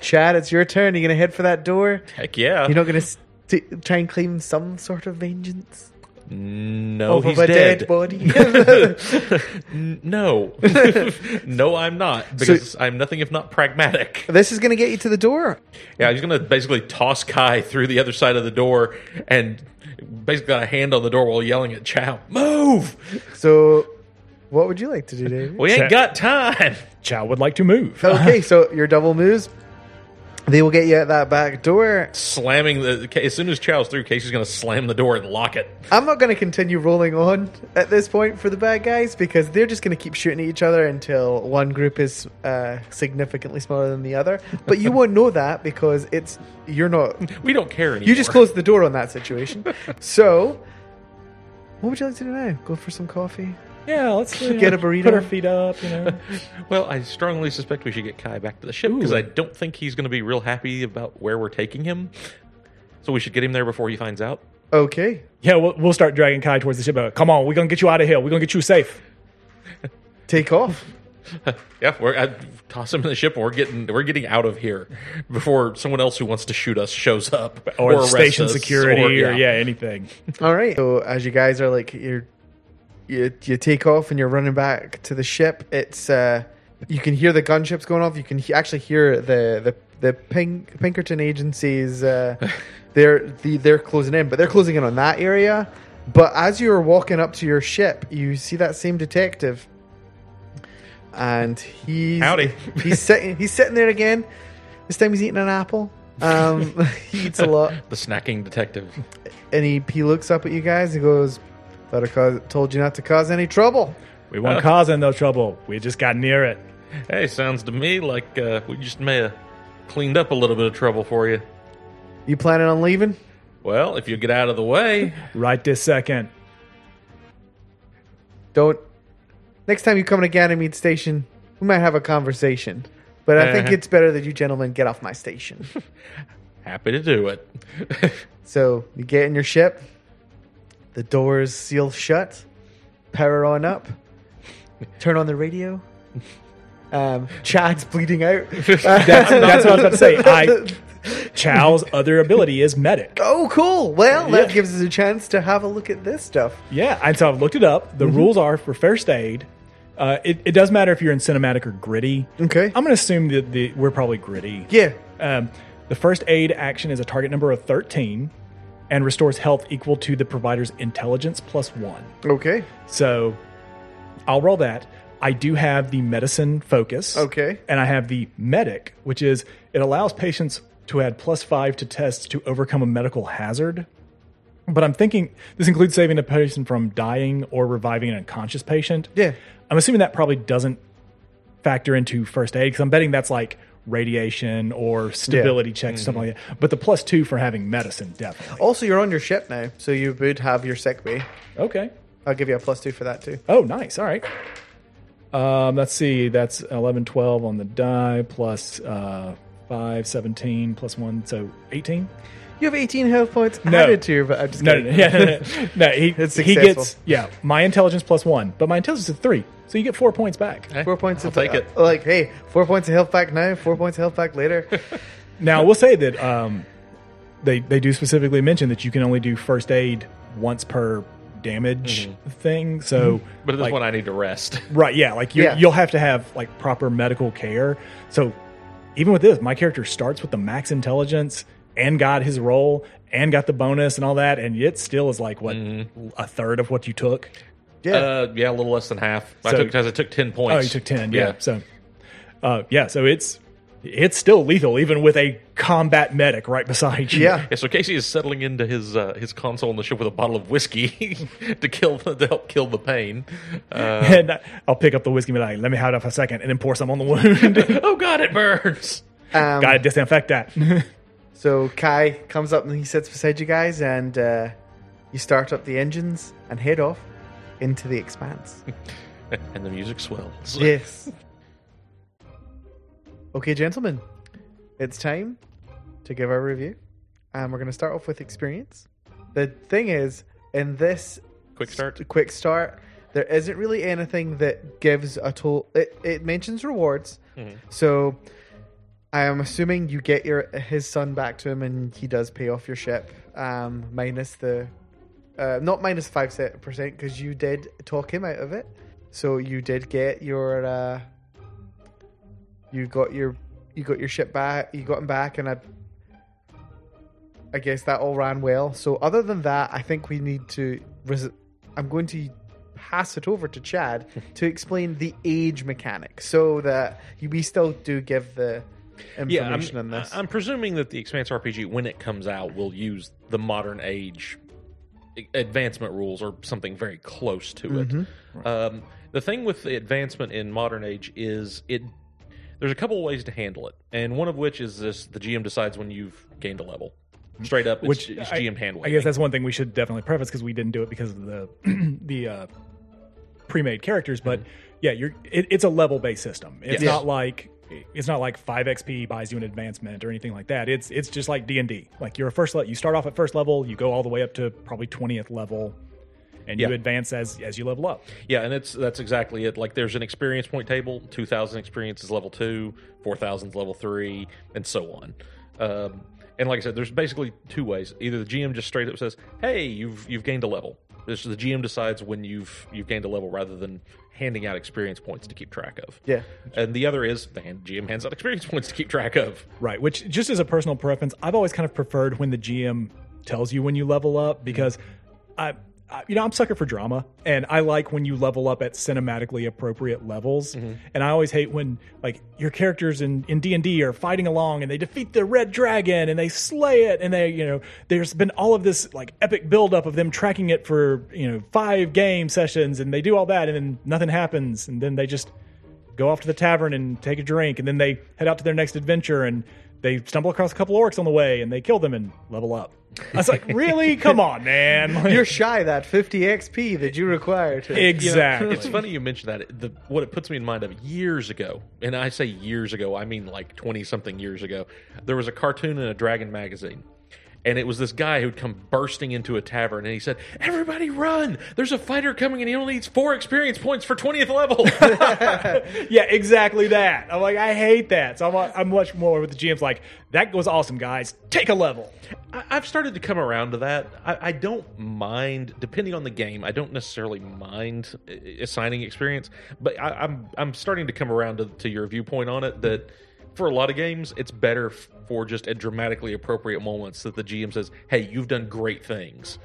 Chad, it's your turn. Are you gonna head for that door? Heck yeah. You're not gonna st- try and claim some sort of vengeance no, over Oh, he's a dead. dead [laughs] body. [laughs] N- no, [laughs] no, I'm not because I'm nothing if not pragmatic. this is gonna get you to the door. Yeah, he's gonna basically toss Kai through the other side of the door and basically got a hand on the door while yelling at Chow, "Move! So, what would you like [laughs] to do, David? We ain't Check. got time." Chow would like to move. okay, so your double moves. They will get you at that back door. Slamming the as soon as Chow's through, Casey's gonna slam the door and lock it. I'm not going to continue rolling on at this point for the bad guys because they're just going to keep shooting at each other until one group is uh, significantly smaller than the other. But you won't know that because it's you're not. We don't care anymore. You just closed the door on that situation. So, what would you like to do now? Go for some coffee. [laughs] Yeah, let's you Get know, a burrito. Put our feet up. You know. Well, I strongly suspect we should get Kai back to the ship because Ooh. I don't think he's gonna be real happy about where we're taking him. So we should get him there before he finds out. Okay. yeah, we'll, we'll start dragging Kai towards the ship. Uh, Come on, we're gonna get you out of here. We're gonna get you safe. Take off. yeah, we're I toss him in the ship, and we're getting we're getting out of here before someone else who wants to shoot us shows up Or, arrests station us, security, or yeah, anything. All right. So as you guys are like you're you you take off and you're running back to the ship. It's uh you can hear the gunships going off. You can he- actually hear the the the Ping- [laughs] Pinkerton agencies. Uh, they're the, they're closing in, but they're closing in on that area. But as you're walking up to your ship, you see that same detective, and he's Howdy. he's sitting he's sitting there again. This time he's eating an apple. Um, [laughs] he eats a lot, [laughs] The snacking detective. and he he looks up at you guys. He goes, "Thought I cause, told you not to cause any trouble." We weren't causing no trouble. We just got near it. Hey, sounds to me like uh, we just may have cleaned up a little bit of trouble for you. You planning on leaving? Well, if you get out of the [laughs] way, Right this second. Don't. Next time you come to Ganymede Station, we might have a conversation. But I think Uh-huh. it's better that you gentlemen get off my [laughs] station. happy to do it. [laughs] So you get in your ship, the doors seal shut, power on up, turn on the radio. Um, Chad's bleeding [laughs] out. That's, that's what I was about [laughs] to say. I Chow's other ability is medic. oh, cool. Well, that Yeah. gives us a chance to have a look at this stuff. Yeah, and so I've looked it up. The rules are for first aid. Uh, it, it does matter if you're in cinematic or gritty. Okay. I'm going to assume that the, we're probably gritty. yeah. Um, the first aid action is a target number of 13 and restores health equal to the provider's intelligence plus one. Okay. So I'll roll that. I do have the medicine focus. Okay. And I have the medic, which is it allows patients to add plus five to tests to overcome a medical hazard. But I'm thinking this includes saving a patient from dying or reviving an unconscious patient. Yeah. I'm assuming that probably doesn't factor into first aid because I'm betting that's like radiation or stability checks, something Mm-hmm. like that. But the plus two for having medicine, definitely. Also, you're on your ship now, so you would have your sick bay. Okay. I'll give you a plus two for that too. Oh, nice. All right. Um, let's see. That's 11, 12 on the die, plus uh, 5, 17, plus 1, so 18? You have 18 health points No. added to your. I'm just No, no, kidding. no. [laughs] Yeah, no, no, no. No, he, It's he successful. gets, yeah, my intelligence plus 1, but my intelligence is 3, so you get 4 points back. Four points. I'll of, take it. Like, hey, four points of health back now. Four points of health back [laughs] later. Now, we'll say that um, they, they do specifically mention that you can only do first aid once per damage thing, so. But at this like, one, I need to rest. Right, yeah. Like you, Yeah. you'll have to have like proper medical care. So even with this, my character starts with the max intelligence and got his role and got the bonus and all that, and it still is like what a third of what you took. Yeah. Uh, yeah, a little less than half. I So- took because I took ten points. Oh, you took ten, yeah. So uh, yeah, so it's it's still lethal even with a combat medic right beside you. yeah. Yeah, so Casey is settling into his uh, his console in the ship with a bottle of whiskey [laughs] to kill to help kill the pain. [laughs] Uh, [laughs] And I- I'll pick up the whiskey and be like, let me hide it for a second and then pour some on [laughs] the wound. oh God, it burns. [laughs] Um, Gotta disinfect that. So Kai comes up and he sits beside you guys, and uh, you start up the engines and head off into the expanse. And the music swells. yes. Okay, gentlemen, it's time to give our review, and we're going to start off with experience. The thing is, in this Quick start. a quick start. There isn't really anything that gives a total. It, it mentions rewards, Mm-hmm. so I am assuming you get your his son back to him, and he does pay off your ship, um, minus the, uh, not minus five se- percent because you did talk him out of it. So you did get your, uh, you got your, you got your ship back. You got him back, and I, I guess that all ran well. So other than that, I think we need to. Res- I'm going to pass it over to [laughs] Chad to explain the age mechanic so that we still do give the Yeah, I'm, information on this. I'm presuming that the Expanse RPG, when it comes out, will use the modern age i- advancement rules or something very close to it. Mm-hmm. Um, the thing with the advancement in modern age is it. There's a couple of ways to handle it, and one of which is this: the GM decides when you've gained a level. Straight up, it's, Which it's I- GM hand I guess that's one thing we should definitely preface because we didn't do it because of the [clears throat] the uh, pre-made characters. But yeah, you're it, it's a level based system. It's Mm-hmm. Yes. not like it's not like five XP buys you an advancement or anything like that. It's it's just like D and D. Like you're a first level. You start off at first level. You go all the way up to probably twentieth level, and you Yeah. advance as as you level up. Yeah, and that's that's exactly it. Like there's an experience point table. Two thousand experience is level two, four thousand is level three, and so on. Um, and like I said, there's basically two ways. Either the GM just straight up says, "Hey, you've you've gained a level." This the GM decides when you've you've gained a level, rather than handing out experience points to keep track of. yeah. And the other is the hand, GM hands out experience [laughs] points to keep track of. Right, which just as a personal preference, I've always kind of preferred when the GM tells you when you level up because I I- you know, I'm sucker for drama, and I like when you level up at cinematically appropriate levels. And I always hate when like your characters in in D and D are fighting along, and they defeat the red dragon, and they slay it, and they you know there's been all of this like epic buildup of them tracking it for you know five game sessions, and they do all that, and then nothing happens, and then they just go off to the tavern and take a drink, and then they head out to their next adventure and they stumble across a couple orcs on the way and they kill them and level up. I was like, really? Come on, man. Like, You're shy that 50 XP that you require to. [laughs] exactly. It's funny you mentioned that. The, what it puts me in mind of years ago, and I say years ago, I mean like 20 something years ago, there was a cartoon in a Dragon magazine. And it was this guy who'd come bursting into a tavern and he said, Everybody run! There's a fighter coming and he only needs four experience points for 20th level. yeah, exactly that. I'm like, I hate that. So I'm, I'm much more with the GM's like, that was awesome, guys. Take a level. I- I've started to come around to that. I, I don't mind, depending on the game. I don't necessarily mind uh, assigning experience, but I, I'm I'm starting to come around to, to your viewpoint on it that for a lot of games, it's better f- for just at dramatically appropriate moments that the GM says, "Hey, you've done great things.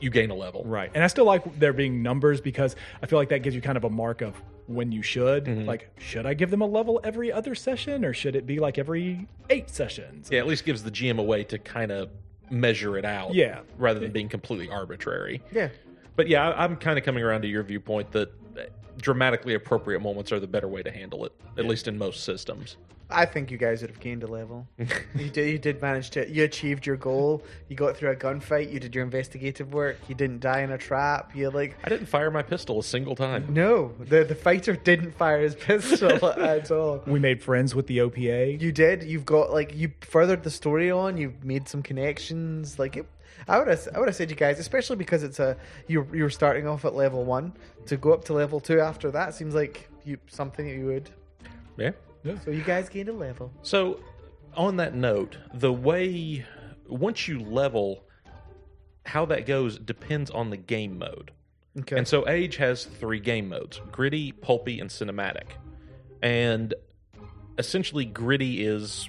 You gain a level." Right. And I still like there being numbers because I feel like that gives you kind of a mark of when you should. Like, should I give them a level every other session or should it be like every eight sessions? Yeah, at least gives the GM a way to kind of measure it out. Yeah. rather than being completely arbitrary. Yeah. But yeah, I, I'm kind of coming around to your viewpoint that uh, dramatically appropriate moments are the better way to handle it, at least in most systems. I think you guys would have gained a level. you, did, you did manage to. You achieved your goal. You got through a gunfight. You did your investigative work. You didn't die in a trap. You like. I didn't fire my pistol a single time. No, the the fighter didn't fire his [laughs] pistol at all. We made friends with the OPA. You did. You've got like you furthered the story on. You've made some connections. Like it, I would have, I would have said you guys, especially because it's a you're you're starting off at level one to go up to level two after that seems like you something that you would. Yeah. So you guys gained a level. So, on that note, the way once you level, how that goes depends on the game mode. Okay. And so Age has three game modes gritty, pulpy, and cinematic. And essentially, gritty is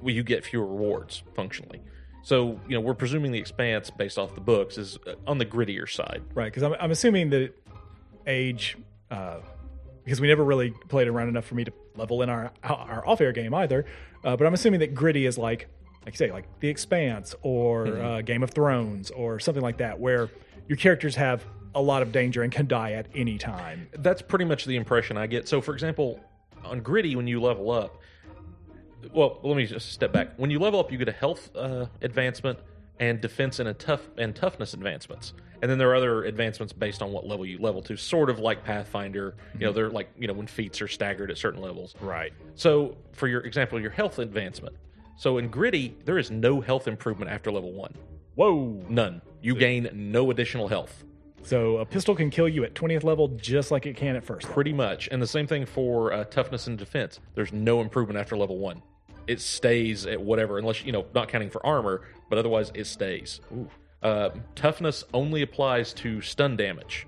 where you get fewer rewards functionally. So, you know, we're presuming the expanse based off the books is uh, on the grittier side. Right, because I'm, I'm assuming that age, uh, because we never really played around enough for me to level in our our off air game either. Uh, but I'm assuming that gritty is like, like you say, like The Expanse or uh, Game of Thrones or something like that, where your characters have a lot of danger and can die at any time. that's pretty much the impression I get. So, for example, on Gritty, when you level up, well, let me just step back. When you level up, you get a health uh, advancement and defense and a tough and toughness advancements, and then there are other advancements based on what level you level to. Sort of like Pathfinder, you know, they're like you know when feats are staggered at certain levels. Right. So, for your example, your health advancement. So in Gritty, there is no health improvement after level one. Whoa. None. You gain no additional health. So a pistol can kill you at 20th level just like it can at first. pretty much. And the same thing for uh, toughness and defense. There's no improvement after level one. It stays at whatever, unless you know, not counting for armor, but otherwise it stays. Uh, toughness only applies to stun damage.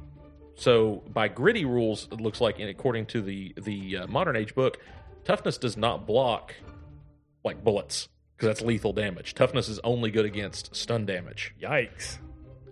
So by gritty rules, it looks like, and according to the the uh, modern age book, toughness does not block like bullets because that's lethal damage. Toughness is only good against stun damage Yikes.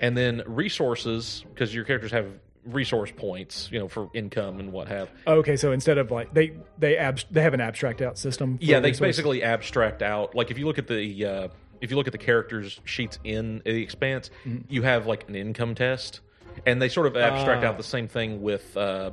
and then resources because your characters have resource points you know for income and what have Okay, so instead of like they they abs- they have an abstract out system. for yeah they resources. basically abstract out like if you look at the uh, if you look at the characters sheets in the expanse you have like an income test and they sort of abstract out the same thing with uh,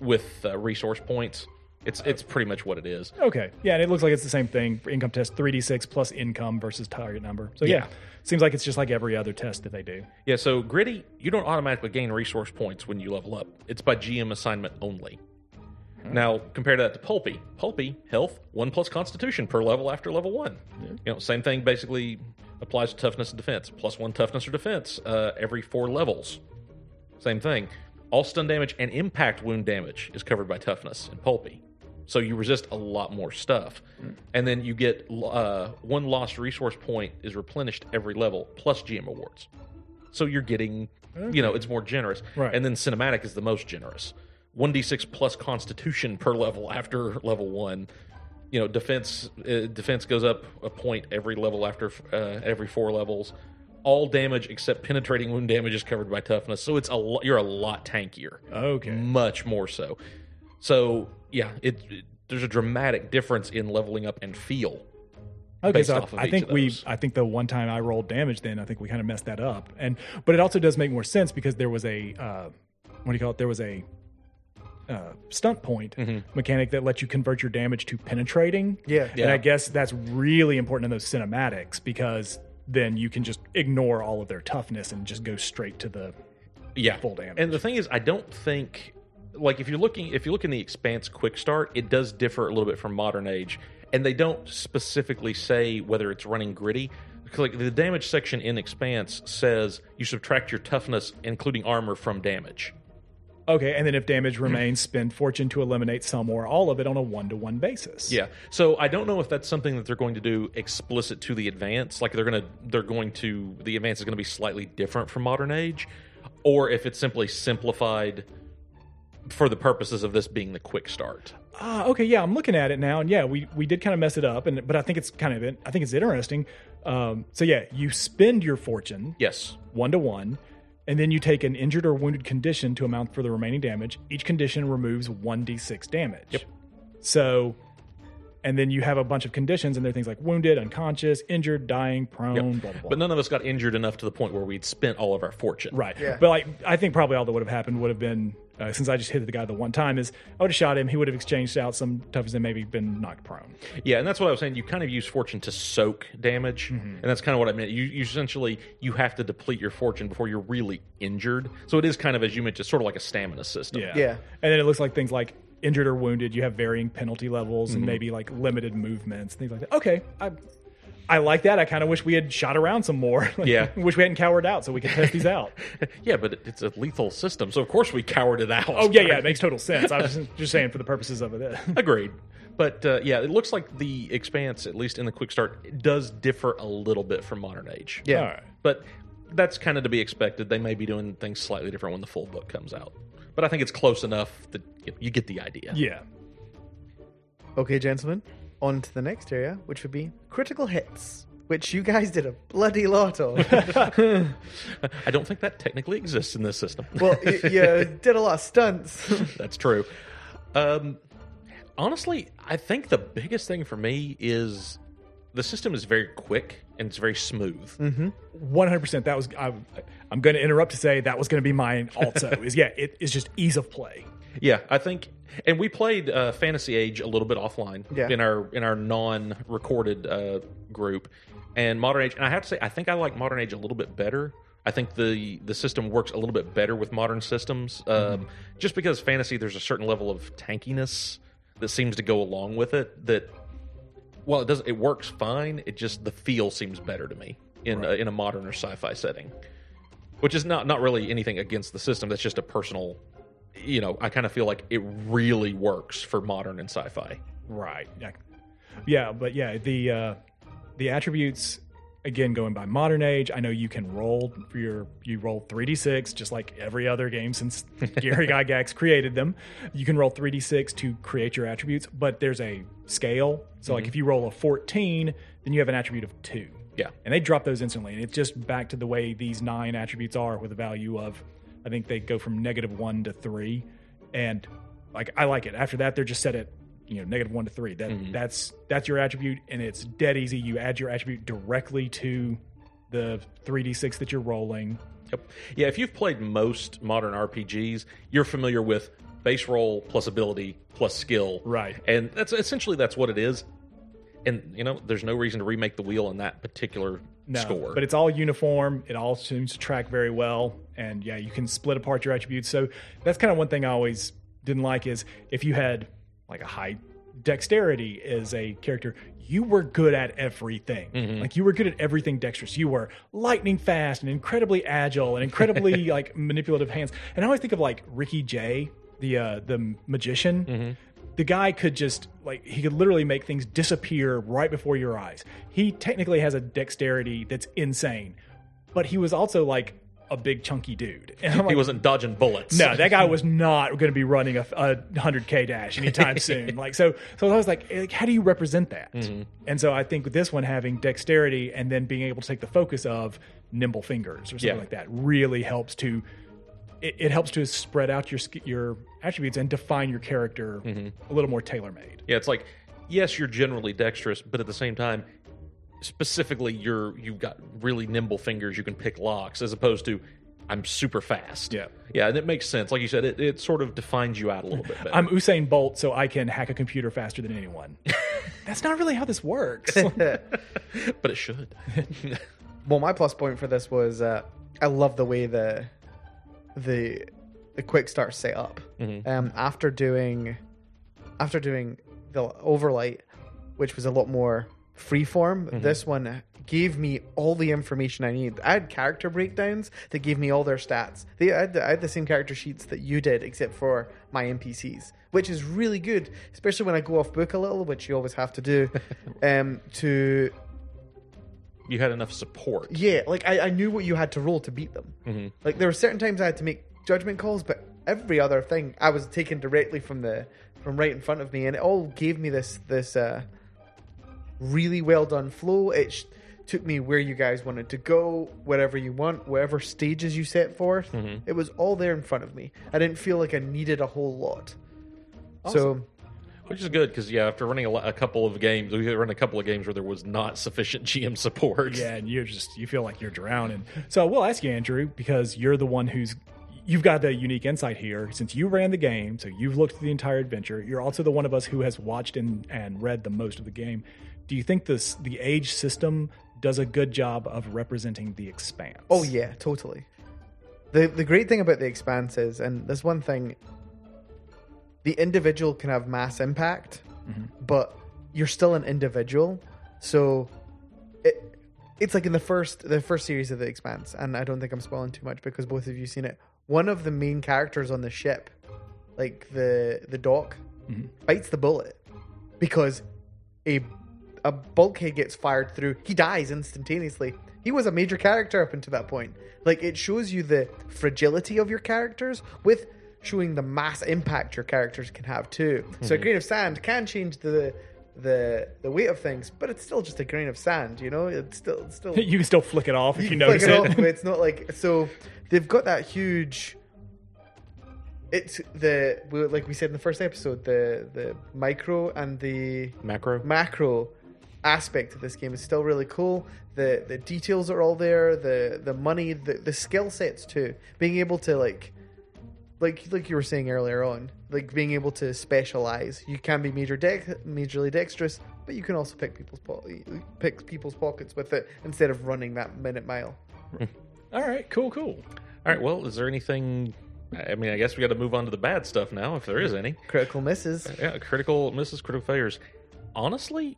with uh, resource points it's it's pretty much what it is Okay. Yeah, and it looks like it's the same thing for income test 3d6 plus income versus target number. So yeah. Yeah. seems like it's just like every other test that they do. yeah so gritty you don't automatically gain resource points when you level up it's by gm assignment only Now compare that to pulpy. Pulpy health one plus constitution per level after level one. You know, same thing basically applies to toughness and defense. Plus one toughness or defense uh, every four levels. Same thing. All stun damage and impact wound damage is covered by toughness and pulpy. So you resist a lot more stuff, and then you get uh, one lost resource point is replenished every level plus GM awards. So you're getting, you know, it's more generous. Right. And then cinematic is the most generous. 1d6 plus constitution per level after level 1. You know, defense uh, defense goes up a point every level after uh, every four levels. all damage except penetrating wound damage is covered by toughness. So it's a lo- you're a lot tankier, Okay. much more so. So yeah, it, it- there's a dramatic difference in leveling up and feel. Okay, based so off of I, I each think of we those. I think the one time I rolled damage then I think we kind of messed that up. And but it also does make more sense because there was a uh, what do you call it? There was a uh, stunt point mechanic that lets you convert your damage to penetrating. Yeah. Mm-hmm. Yeah. And I guess that's really important in those cinematics because then you can just ignore all of their toughness and just go straight to the Yeah, full damage. And the thing is, I don't think like if you're looking if you look in the Expanse Quick Start, it does differ a little bit from modern age, and they don't specifically say whether it's running gritty. 'Cause, Like the damage section in Expanse says, you subtract your toughness, including armor, from damage. okay, and then if Hmm. damage remains, spend fortune to eliminate some or all of it on a one to one basis. Yeah. So I don't know if that's something that they're going to do explicit to the advance. Like they're gonna they're going to the advance is gonna be slightly different from modern age, or if it's simply simplified for the purposes of this being the quick start. Ah, okay, yeah, I'm looking at it now, and yeah, we we did kind of mess it up, and but I think it's kind of in- I think it's interesting. Um, so yeah, you spend your fortune Yes. one to one, and then you take an injured or wounded condition to amount for the remaining damage. Each condition removes one d6 damage. Yep. So, and then you have a bunch of conditions, and there are things like wounded, unconscious, injured, dying, prone, blah blah blah. But none of us got injured enough to the point where we'd spent all of our fortune. Right. Yeah. But like, I think probably all that would have happened would have been uh, since I just hit the guy the one time is I would have shot him. He would have exchanged out some toughness and maybe been knocked prone. Yeah, and that's what I was saying. You kind of use fortune to soak damage, Mm-hmm. and that's kind of what I meant. You, you essentially you have to deplete your fortune before you're really injured. So it is kind of as you mentioned, sort of like a stamina system. Yeah. Yeah. And then it looks like things like injured or wounded. You have varying penalty levels and maybe like limited movements, things like that. Okay, I, I like that. I kind of wish we had shot around some more. [laughs] Like, Yeah. wish we hadn't cowered out so we could test these out. [laughs] yeah, but it- it's a lethal system, so of course we cowered it out. oh yeah, yeah, it makes total sense. I was just, just saying for the purposes of it. [laughs] Agreed. But uh, yeah, it looks like the expanse, at least in the quick start, does differ a little bit from modern age. Yeah. [laughs] All right. But that's kind of to be expected. They may be doing things slightly different when the full book comes out. But I think it's close enough that you- you get the idea. Yeah. Okay, gentlemen, on to the next area, which would be critical hits, which you guys did a bloody lot of. I don't think that technically exists in this system. well, you, you did a lot of stunts. [laughs] that's true. Um, honestly, I think the biggest thing for me is the system is very quick and it's very smooth. One hundred percent. That was I, I'm going to interrupt to say that was going to be mine. Also, is yeah, it is just ease of play. Yeah, I think, and we played uh, Fantasy Age a little bit offline Yeah. in our in our non-recorded uh, group, and Modern Age. And I have to say, I think I like Modern Age a little bit better. I think the the system works a little bit better with modern systems, um, just because fantasy there's a certain level of tankiness that seems to go along with it. That well, it does it works fine. It just the feel seems better to me in a, in a modern or sci-fi setting which is not not really anything against the system. That's just a personal, you know. I kind of feel like it really works for modern and sci-fi. Right. Yeah. Yeah, but yeah, the uh, the attributes again going by modern age. I know you can roll for your you roll three d six just like every other game since Gary Gygax created them. You can roll three d six to create your attributes, but there's a scale. So like if you roll a fourteen, then you have an attribute of two. Yeah. and they drop those instantly, and it's just back to the way these nine attributes are with a value of I think they go from negative one to three, and like I like it. After that, they're just set at you know negative one to three. That that's that's your attribute, and it's dead easy. You add your attribute directly to the three d six that you're rolling. Yep. Yeah. If you've played most modern RPGs, you're familiar with base roll plus ability plus skill, Right. And that's essentially that's what it is. And you know, there's no reason to remake the wheel in that particular No, score. but it's all uniform. It all seems to track very well, and yeah, you can split apart your attributes. So that's kind of one thing I always didn't like is if you had like a high dexterity as a character, you were good at everything. Like you were good at everything dexterous. You were lightning fast and incredibly agile and incredibly like manipulative hands. And I always think of like Ricky Jay, the uh, the magician the guy could just like he could literally make things disappear right before your eyes. He technically has a dexterity that's insane, but he was also like a big chunky dude. [laughs] And I'm He like, wasn't dodging bullets. no, that guy was not going to be running a hundred k dash anytime soon. Like so, so I was like, eh, like, how do you represent that? And so I think with this one having dexterity and then being able to take the focus of nimble fingers or something Yeah. like that really helps to it, it helps to spread out your sk- your attributes and define your character a little more tailor made. Yeah, it's like yes, you're generally dexterous, but at the same time, specifically, you're you've got really nimble fingers. You can pick locks as opposed to I'm super fast. Yeah. yeah, and it makes sense. Like you said, it, it sort of defines you out a little bit. Better. I'm Usain Bolt, so I can hack a computer faster than anyone. That's not really how this works. but it should. [laughs] Well, my plus point for this was uh, I love the way the the the quick start set up. Um, after doing after doing the overlight, which was a lot more freeform, this one gave me all the information I need. I had character breakdowns that gave me all their stats. They I had, the, I had the same character sheets that you did, except for my NPCs, which is really good, especially when I go off book a little, which you always have to do, um, to you had enough support. yeah, like I, I knew what you had to roll to beat them. Like there were certain times I had to make judgment calls, but every other thing I was taken directly from the from right in front of me, and it all gave me this this uh, really well done flow. It sh- took me where you guys wanted to go, wherever you want, whatever stages you set forth. It was all there in front of me. I didn't feel like I needed a whole lot. So Which is good because yeah, after running a, lo- a couple of games, we ran a couple of games where there was not sufficient GM support. Yeah, and you're just you feel like you're drowning. So we'll ask you, Andrew, because you're the one who's you've got the unique insight here since you ran the game, so you've looked at the entire adventure. You're also the one of us who has watched and, and read the most of the game. Do you think this the age system does a good job of representing the expanse? Oh yeah, totally. The the great thing about the expanse is, and there's one thing the individual can have mass impact, but you're still an individual. So it it's like in the first the first series of the expanse, and I don't think I'm spoiling too much because both of you seen it. One of the main characters on the ship, like the the doc, bites the bullet because a a bulkhead gets fired through. He dies instantaneously. He was a major character up until that point. Like it shows you the fragility of your characters with showing the mass impact your characters can have too. So a grain of sand can change the the the weight of things, but it's still just a grain of sand, you know? It's still it's still [laughs] You can still flick it off [laughs] if you, you can notice flick it it. off, but it's not like so they've got that huge it's the we- like we said in the first episode the the micro and the macro. macro aspect of this game is still really cool. The the details are all there. The the money, the the skill sets too. Being able to like, like like you were saying earlier on, like being able to specialize. You can be major dex, majorly dexterous, but you can also pick people's po- pick people's pockets with it instead of running that minute mile. [laughs] All right, cool, cool. All right. Well, is there anything? I I mean, I guess we got to move on to the bad stuff now, if there is any. Critical misses. Yeah, critical misses, critical failures. Honestly,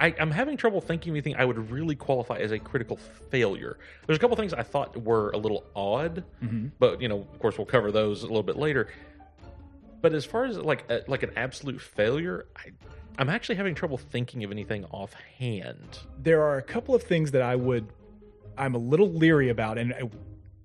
I, I'm having trouble thinking of anything I would really qualify as a critical failure. There's a couple things I thought were a little odd, but you know, of course, we'll cover those a little bit later. But as far as like a, like an absolute failure, I, I'm actually having trouble thinking of anything offhand. there are a couple of things that I would I'm a little leery about, and I,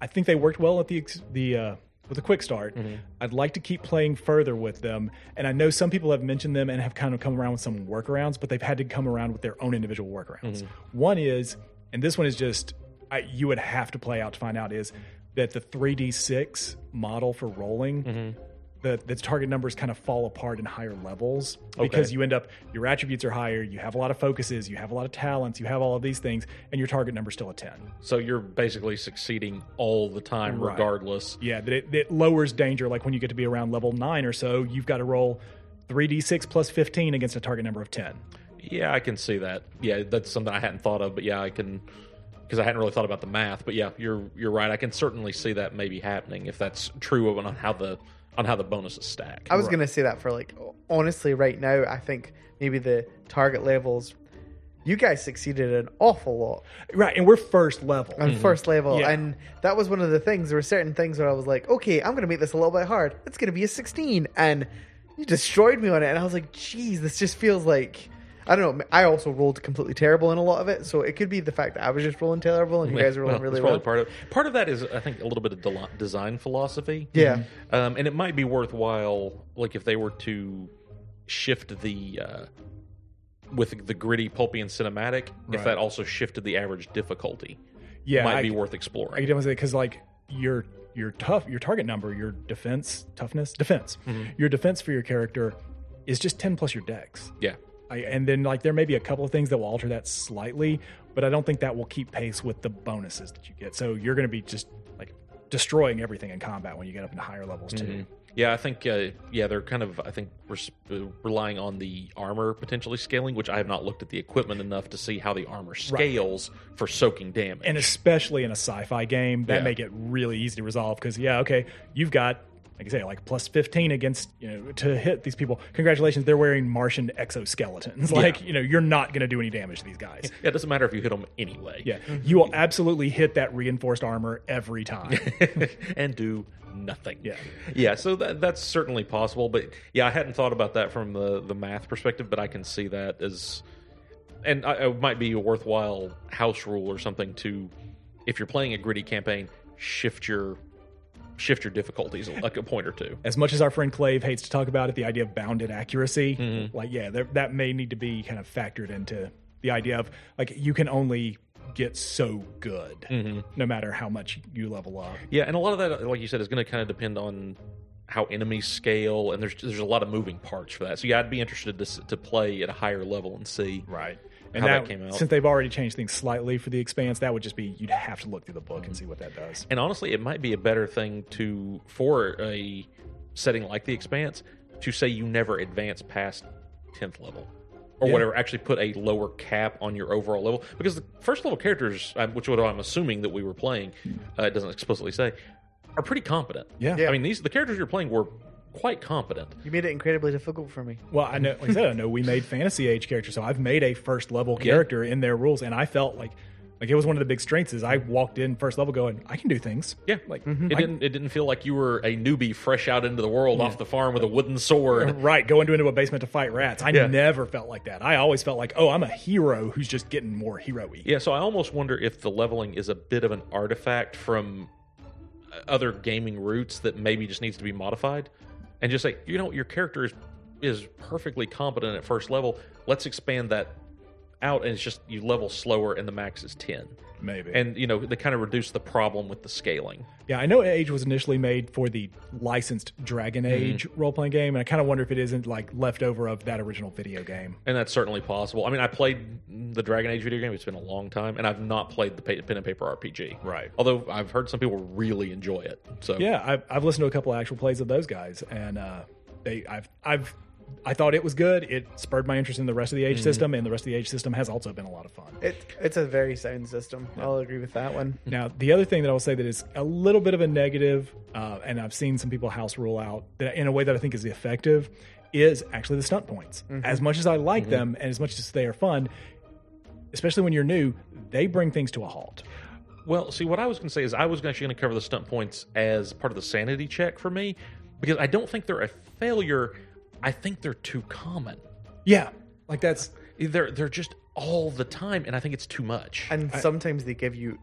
I think they worked well at the ex- the uh, with the quick start. I'd like to keep playing further with them, and I know some people have mentioned them and have kind of come around with some workarounds, but they've had to come around with their own individual workarounds. One is, and this one is just I, you would have to play out to find out is that the 3d6 model for rolling the, the target numbers kind of fall apart in higher levels because you end up your attributes are higher you have a lot of focuses you have a lot of talents you have all of these things and your target number's still a 10 So you're basically succeeding all the time, Right. regardless. yeah that it, it lowers danger like when you get to be around level 9 or so you've got to roll 3d6 plus 15 against a target number of 10 Yeah, I can see that. Yeah, that's something I hadn't thought of, but yeah, I can because I hadn't really thought about the math. But yeah, you're you're right. I can certainly see that maybe happening if that's true on how the on how the bonuses stack. I was gonna say that for like honestly, right now I think maybe the target levels. You guys succeeded an awful lot. right and we're first level Mm-hmm. on first level Yeah. and that was one of the things there were certain things where i was like okay i'm gonna make this a little bit hard it's gonna be a 16 and you destroyed me on it and i was like geez this just feels like I don't know. I also rolled completely terrible in a lot of it, so it could be the fact that I was just rolling terrible and you guys were rolling Well, really that's well. probably part of part of that is I think a little bit of del- design philosophy. Yeah. um, and it might be worthwhile, like if they were to shift the uh, with the gritty, pulpy, and cinematic, if Right. that also shifted the average difficulty, Yeah, might I, be worth I exploring. can definitely say because like your your tough your target number your defense toughness defense Mhm. your defense for your character is just ten plus your dex. Yeah. I, and then like there may be a couple of things that will alter that slightly, but I don't think that will keep pace with the bonuses that you get. So you're going to be just like destroying everything in combat when you get up into higher levels too. Mhm. Yeah, I think uh, yeah they're kind of I think we're uh, relying on the armor potentially scaling, which I have not looked at the equipment enough to see how the armor scales for soaking damage. and especially in a sci-fi game that Yeah. make it really easy to resolve because yeah okay you've got like i say like plus 15 against you know to hit these people congratulations they're wearing martian exoskeletons [laughs] like you know you're not going to do any damage to these guys yeah, it doesn't matter if you hit them anyway. yeah you will absolutely hit that reinforced armor every time [laughs] and do nothing. Yeah. yeah. So that, that's certainly possible, but yeah, I hadn't thought about that from the the math perspective, but I can see that as, and I, it might be a worthwhile house rule or something to, if you're playing a gritty campaign, shift your shift your difficulties like a point or two. as much as our friend clave hates to talk about it the idea of bounded accuracy Mm-hmm. like yeah there, that may need to be kind of factored into the idea of like you can only get so good Mm. no matter how much you level up Mm-hmm. Yeah, and a lot of that, like you said, is going to kind of depend on how enemies scale, and there's there's a lot of moving parts for that. So yeah, I'd be interested to s- to play at a higher level and see. Right. And How that, that came out. Since they've already changed things slightly for the expanse, that would just be you'd have to look through the book and see what that does. And honestly, it might be a better thing to for a setting like the Expanse to say you never advance past tenth level or Yeah. whatever. Actually, put a lower cap on your overall level because the first level characters, um, which what I'm assuming that we were playing, uh, it doesn't explicitly say, are pretty competent. Yeah. Yeah. I mean these the characters you're playing were quite competent. You made it incredibly difficult for me. Well, I know like I said, I know we made fantasy age characters, so I've made a first level Yeah. character in their rules, and I felt like like it was one of the big strengths is I walked in first level going, I can do things. Yeah, like it didn't it didn't feel like you were a newbie fresh out into the world off the farm with a wooden sword. Right, going to into a basement to fight rats. I Yeah. never felt like that. I always felt like, oh, I'm a hero who's just getting more hero-y. Yeah, so I almost wonder if the leveling is a bit of an artifact from uh, other gaming roots that maybe just needs to be modified, and just say, you know, your character is is perfectly competent at first level. Let's expand that out, and it's just you level slower, and the max is ten, Maybe. and you know they kind of reduce the problem with the scaling. Yeah, I know Age was initially made for the licensed Dragon Mm-hmm. Age role playing game, and I kind of wonder if it isn't like leftover of that original video game. And that's certainly possible. I mean, I played the Dragon Age video game. It's been a long time, and I've not played the pa- pen and paper RPG. Right. Although I've heard some people really enjoy it. So Yeah, I've, I've listened to a couple of actual plays of those guys, and uh, they, I've, I've, I thought it was good. It spurred my interest in the rest of the Mm-hmm. Age system, and the rest of the Age system has also been a lot of fun. It, it's a very sound system. I'll agree with that one. Now, the other thing that I will say that is a little bit of a negative, uh, and I've seen some people house rule out that in a way that I think is effective, is actually the stunt points. As much as I like them and as much as they are fun, especially when you're new, they bring things to a halt. Well, see, what I was going to say is I was actually going to cover the stunt points as part of the sanity check for me because I don't think they're a failure. I think they're too common. Yeah, like that's They're they're just all the time, and I think it's too much. And sometimes they give you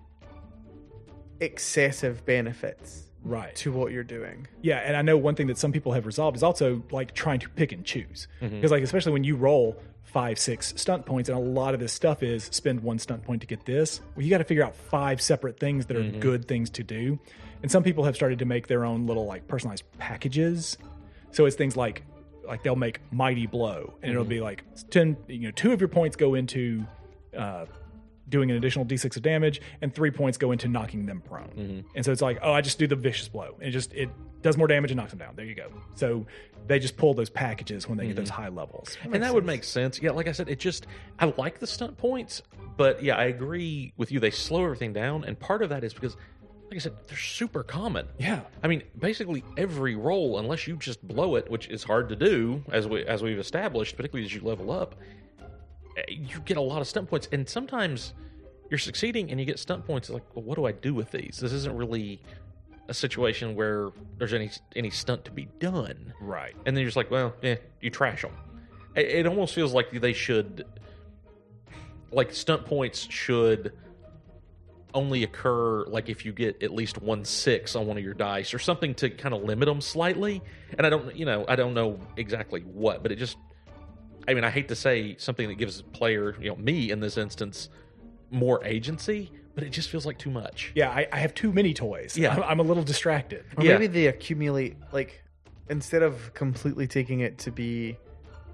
excessive benefits right. to what you're doing. Yeah, and I know one thing that some people have resolved is also like trying to pick and choose. Because like especially when you roll five, six stunt points, and a lot of this stuff is spend one stunt point to get this. Well, you got to figure out five separate things that are good things to do. And some people have started to make their own little like personalized packages. So it's things like like they'll make mighty blow, and Mm-hmm. it'll be like ten. You know, two of your points go into. Uh, doing an additional d6 of damage and three points go into knocking them prone Mm-hmm. and so it's like oh i just do the vicious blow and it just it does more damage and knocks them down there you go so they just pull those packages when they get those high levels Mm-hmm. and that would make sense. Yeah, like I said, it just I like the stunt points, but yeah, I agree with you. They slow everything down, and part of that is because, like I said, they're super common. yeah I mean, basically every roll, unless you just blow it, which is hard to do, as we as we've established, particularly as you level up, eh, you get a lot of stunt points, and sometimes you're succeeding and you get stunt points. It's like, well, what do I do with these? This isn't really a situation where there's any any stunt to be done, right and then you're just like, well, yeah, you trash them. it, it almost feels like they should like stunt points should only occur like if you get at least one six on one of your dice or something to kind of limit them slightly. And I don't, you know, I don't know exactly what, but it just, I mean, I hate to say something that gives player, you know, me in this instance, more agency, but it just feels like too much. Yeah, I, I have too many toys. Yeah. I'm, I'm a little distracted. Or Yeah. maybe they accumulate like instead of completely taking it to be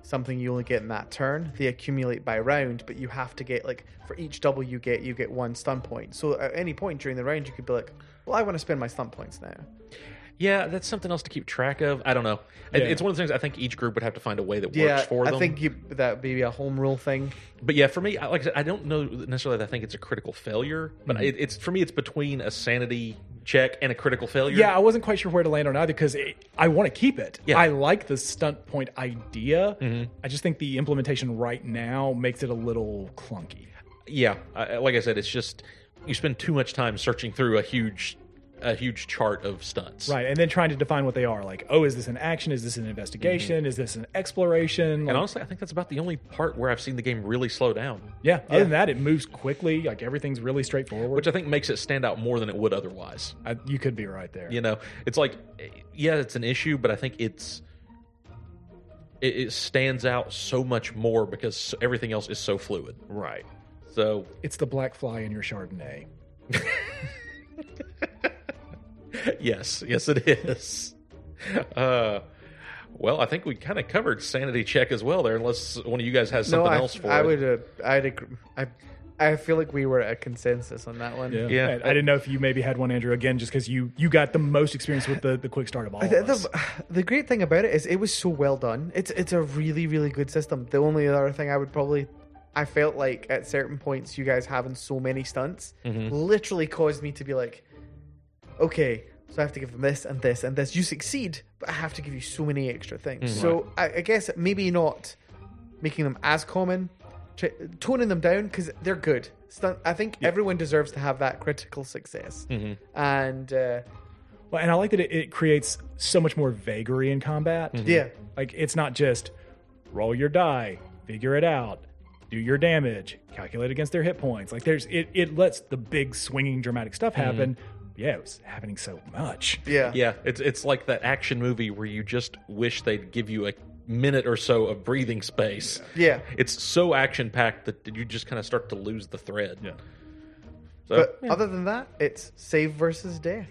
something you only get in that turn, they accumulate by round, but you have to get like for each double you get, you get one stun point. So at any point during the round you could be like, Well, I want to spend my stun points now. Yeah, that's something else to keep track of. I don't know. It- Yeah. It's one of the things I think each group would have to find a way that Yeah, works for them. I think you, that would be a home rule thing. but yeah, for me, I- like I said, I don't know necessarily that I think it's a critical failure, Mm-hmm. but it, it's for me, it's between a sanity check and a critical failure. Yeah, I wasn't quite sure where to land on either because I want to keep it. Yeah. Mm-hmm. I like the stunt point idea. I just think the implementation right now makes it a little clunky. yeah I, I- like i said it's just you spend too much time searching through a huge a huge chart of stunts Right, and then trying to define what they are. Like, oh, is this an action? Is this an investigation? Is this an exploration? Mm-hmm. and Like, honestly i think that's about the only part where i've seen the game really slow down yeah, other than that, it moves quickly. Like, everything's really straightforward. which i think makes it stand out more than it would otherwise I, you could be right there. you know it's like yeah it's an issue but i think it's it, it stands out so much more because everything else is so fluid Right. so It's the black fly in your Chardonnay. yes yes it is [laughs] uh well, I think we kind of covered sanity check as well there, unless one of you guys has something I, else for I it. would uh, I'd agree I I feel like we were at a consensus on that one. Yeah. And I didn't know if you maybe had one, Andrew, again, just because you, you got the most experience with the, the quick start of all of The, us. the, the great thing about it is it was so well done. It's it's a really really good system. The only other thing I would probably I felt like at certain points you guys having so many stunts literally caused me to be like, okay, so I have to give them this and this and this. You succeed, but I have to give you so many extra things. So I, I guess maybe not making them as common, ch- toning them down because they're good. Stunt. I think everyone deserves to have that critical success. And uh, Well, and I like that it, it creates so much more vagary in combat. yeah. Like it's not just roll your die, figure it out, do your damage, calculate against their hit points. Like there's it it lets the big swinging dramatic stuff happen. Yeah, it was happening so much. Yeah. Yeah, it's it's like that action movie where you just wish they'd give you a minute or so of breathing space. Yeah. It's so action packed that you just kind of start to lose the thread. Yeah. So, But other than that, it's save versus death.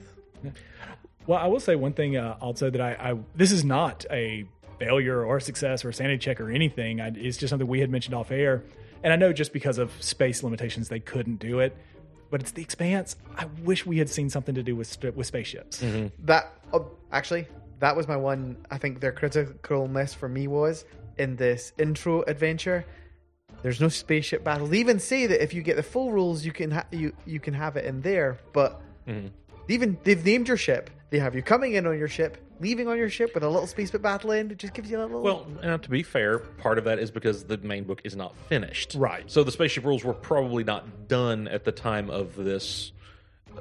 Well, I will say one thing uh, also that I, I this is not a failure or success or sanity check or anything. I, it's just something we had mentioned off air, and I know just because of space limitations they couldn't do it. But it's the expanse. I wish we had seen something to do with st- with spaceships. Mm-hmm. That oh, actually, that was my one. I think their critical miss for me was in this intro adventure. There's no spaceship battle. They even say that if you get the full rules, you can ha- you you can have it in there. But Mm-hmm. they even they've named your ship. They have you coming in on your ship, leaving on your ship with a little spaceship battle in. It just gives you a little. well, now to be fair, part of that is because the main book is not finished. Right. So the spaceship rules were probably not done at the time of this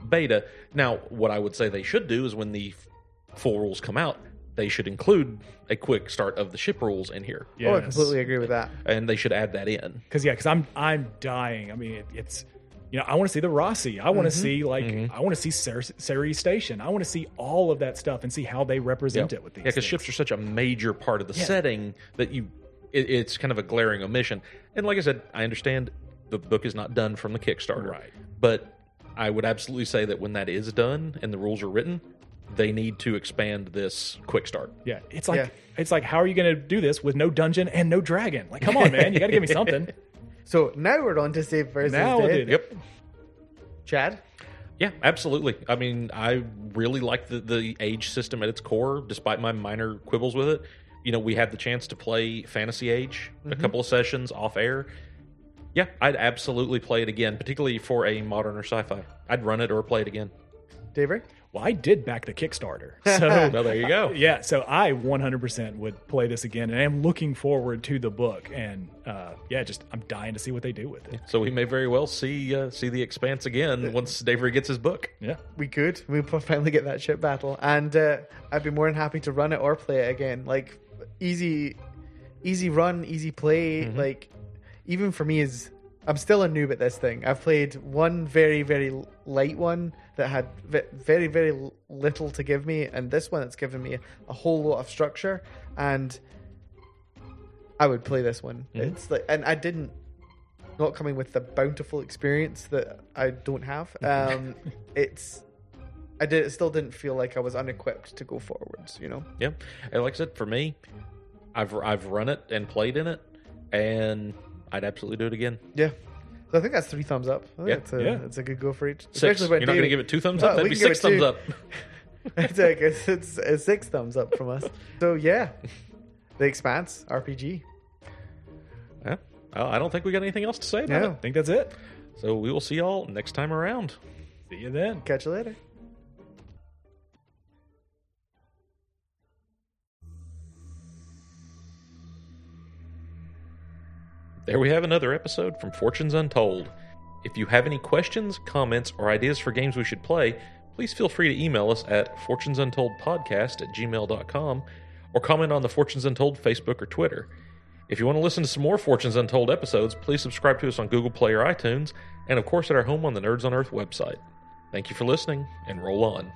beta. Now, what I would say they should do is when the f- full rules come out, they should include a quick start of the ship rules in here, oh, I completely agree with that. and they should add that in. because yeah, because I'm I'm dying. I mean, it, it's you know I want to see the Rossi. I Mm-hmm. want to see like I want to see Cer- Ceres Station. I want to see all of that stuff and see how they represent it with these. Yeah, because things. ships are such a major part of the setting that you, it, it's kind of a glaring omission. And like I said, I understand the book is not done from the Kickstarter, Right. But I would absolutely say that when that is done and the rules are written, they need to expand this quick start. Yeah, it's like Yeah. it's like how are you going to do this with no dungeon and no dragon? Like, come on, man, you got to give me something. So now we're on to save versus Now we'll death. do that. Yep. Chad, Yeah, absolutely. I mean, I really like the, the age system at its core, despite my minor quibbles with it. You know, we had the chance to play Fantasy Age Mm-hmm. a couple of sessions off air. Yeah, I'd absolutely play it again, particularly for a modern or sci fi. I'd run it or play it again. David, Well, I did back the Kickstarter, so Well, there you go. yeah, so I 100% would play this again, and I'm looking forward to the book, and uh, yeah, just I'm dying to see what they do with it. [laughs] So we may very well see uh, see the Expanse again once Davery gets his book. Yeah, we could. We will finally get that ship battle, and uh, I'd be more than happy to run it or play it again. Like easy. easy run, easy play. Like even for me is I'm still a noob at this thing. I've played one very very l- light one that had ve- very very l- little to give me, and this one that's given me a whole lot of structure. And I would play this one. It's like, and I didn't. Not coming with the bountiful experience that I don't have. Um, it's I did. It still didn't feel like I was unequipped to go forwards. You know. Yeah, and like I said, for me, I've I've run it and played in it, and I'd absolutely do it again. Yeah. So I think that's three thums up. I think Yeah. it's a, Yeah. it's a good go for each. Six. Especially You're when not going to David- give it two thumbs No, up. That'd we be can give six it thumbs two. [laughs] up. [laughs] it's, like, it's, it's, it's six thumbs up from us. So yeah, [laughs] The Expanse RPG. Yeah. I I don't think we got anything else to say about No, I think that's it. it. So we will see y'all next time around. See you then. catch you later. There we have another episode from Fortunes Untold. If you have any questions, comments, or ideas for games we should play, please feel free to email us at fortunesuntoldpodcast at gmail.com or comment on the Fortunes Untold Facebook or Twitter. If you want to listen to some more Fortunes Untold episodes, please subscribe to us on Google Play or iTunes, and of course at our home on the Nerds on Earth website. Thank you for listening, and roll on.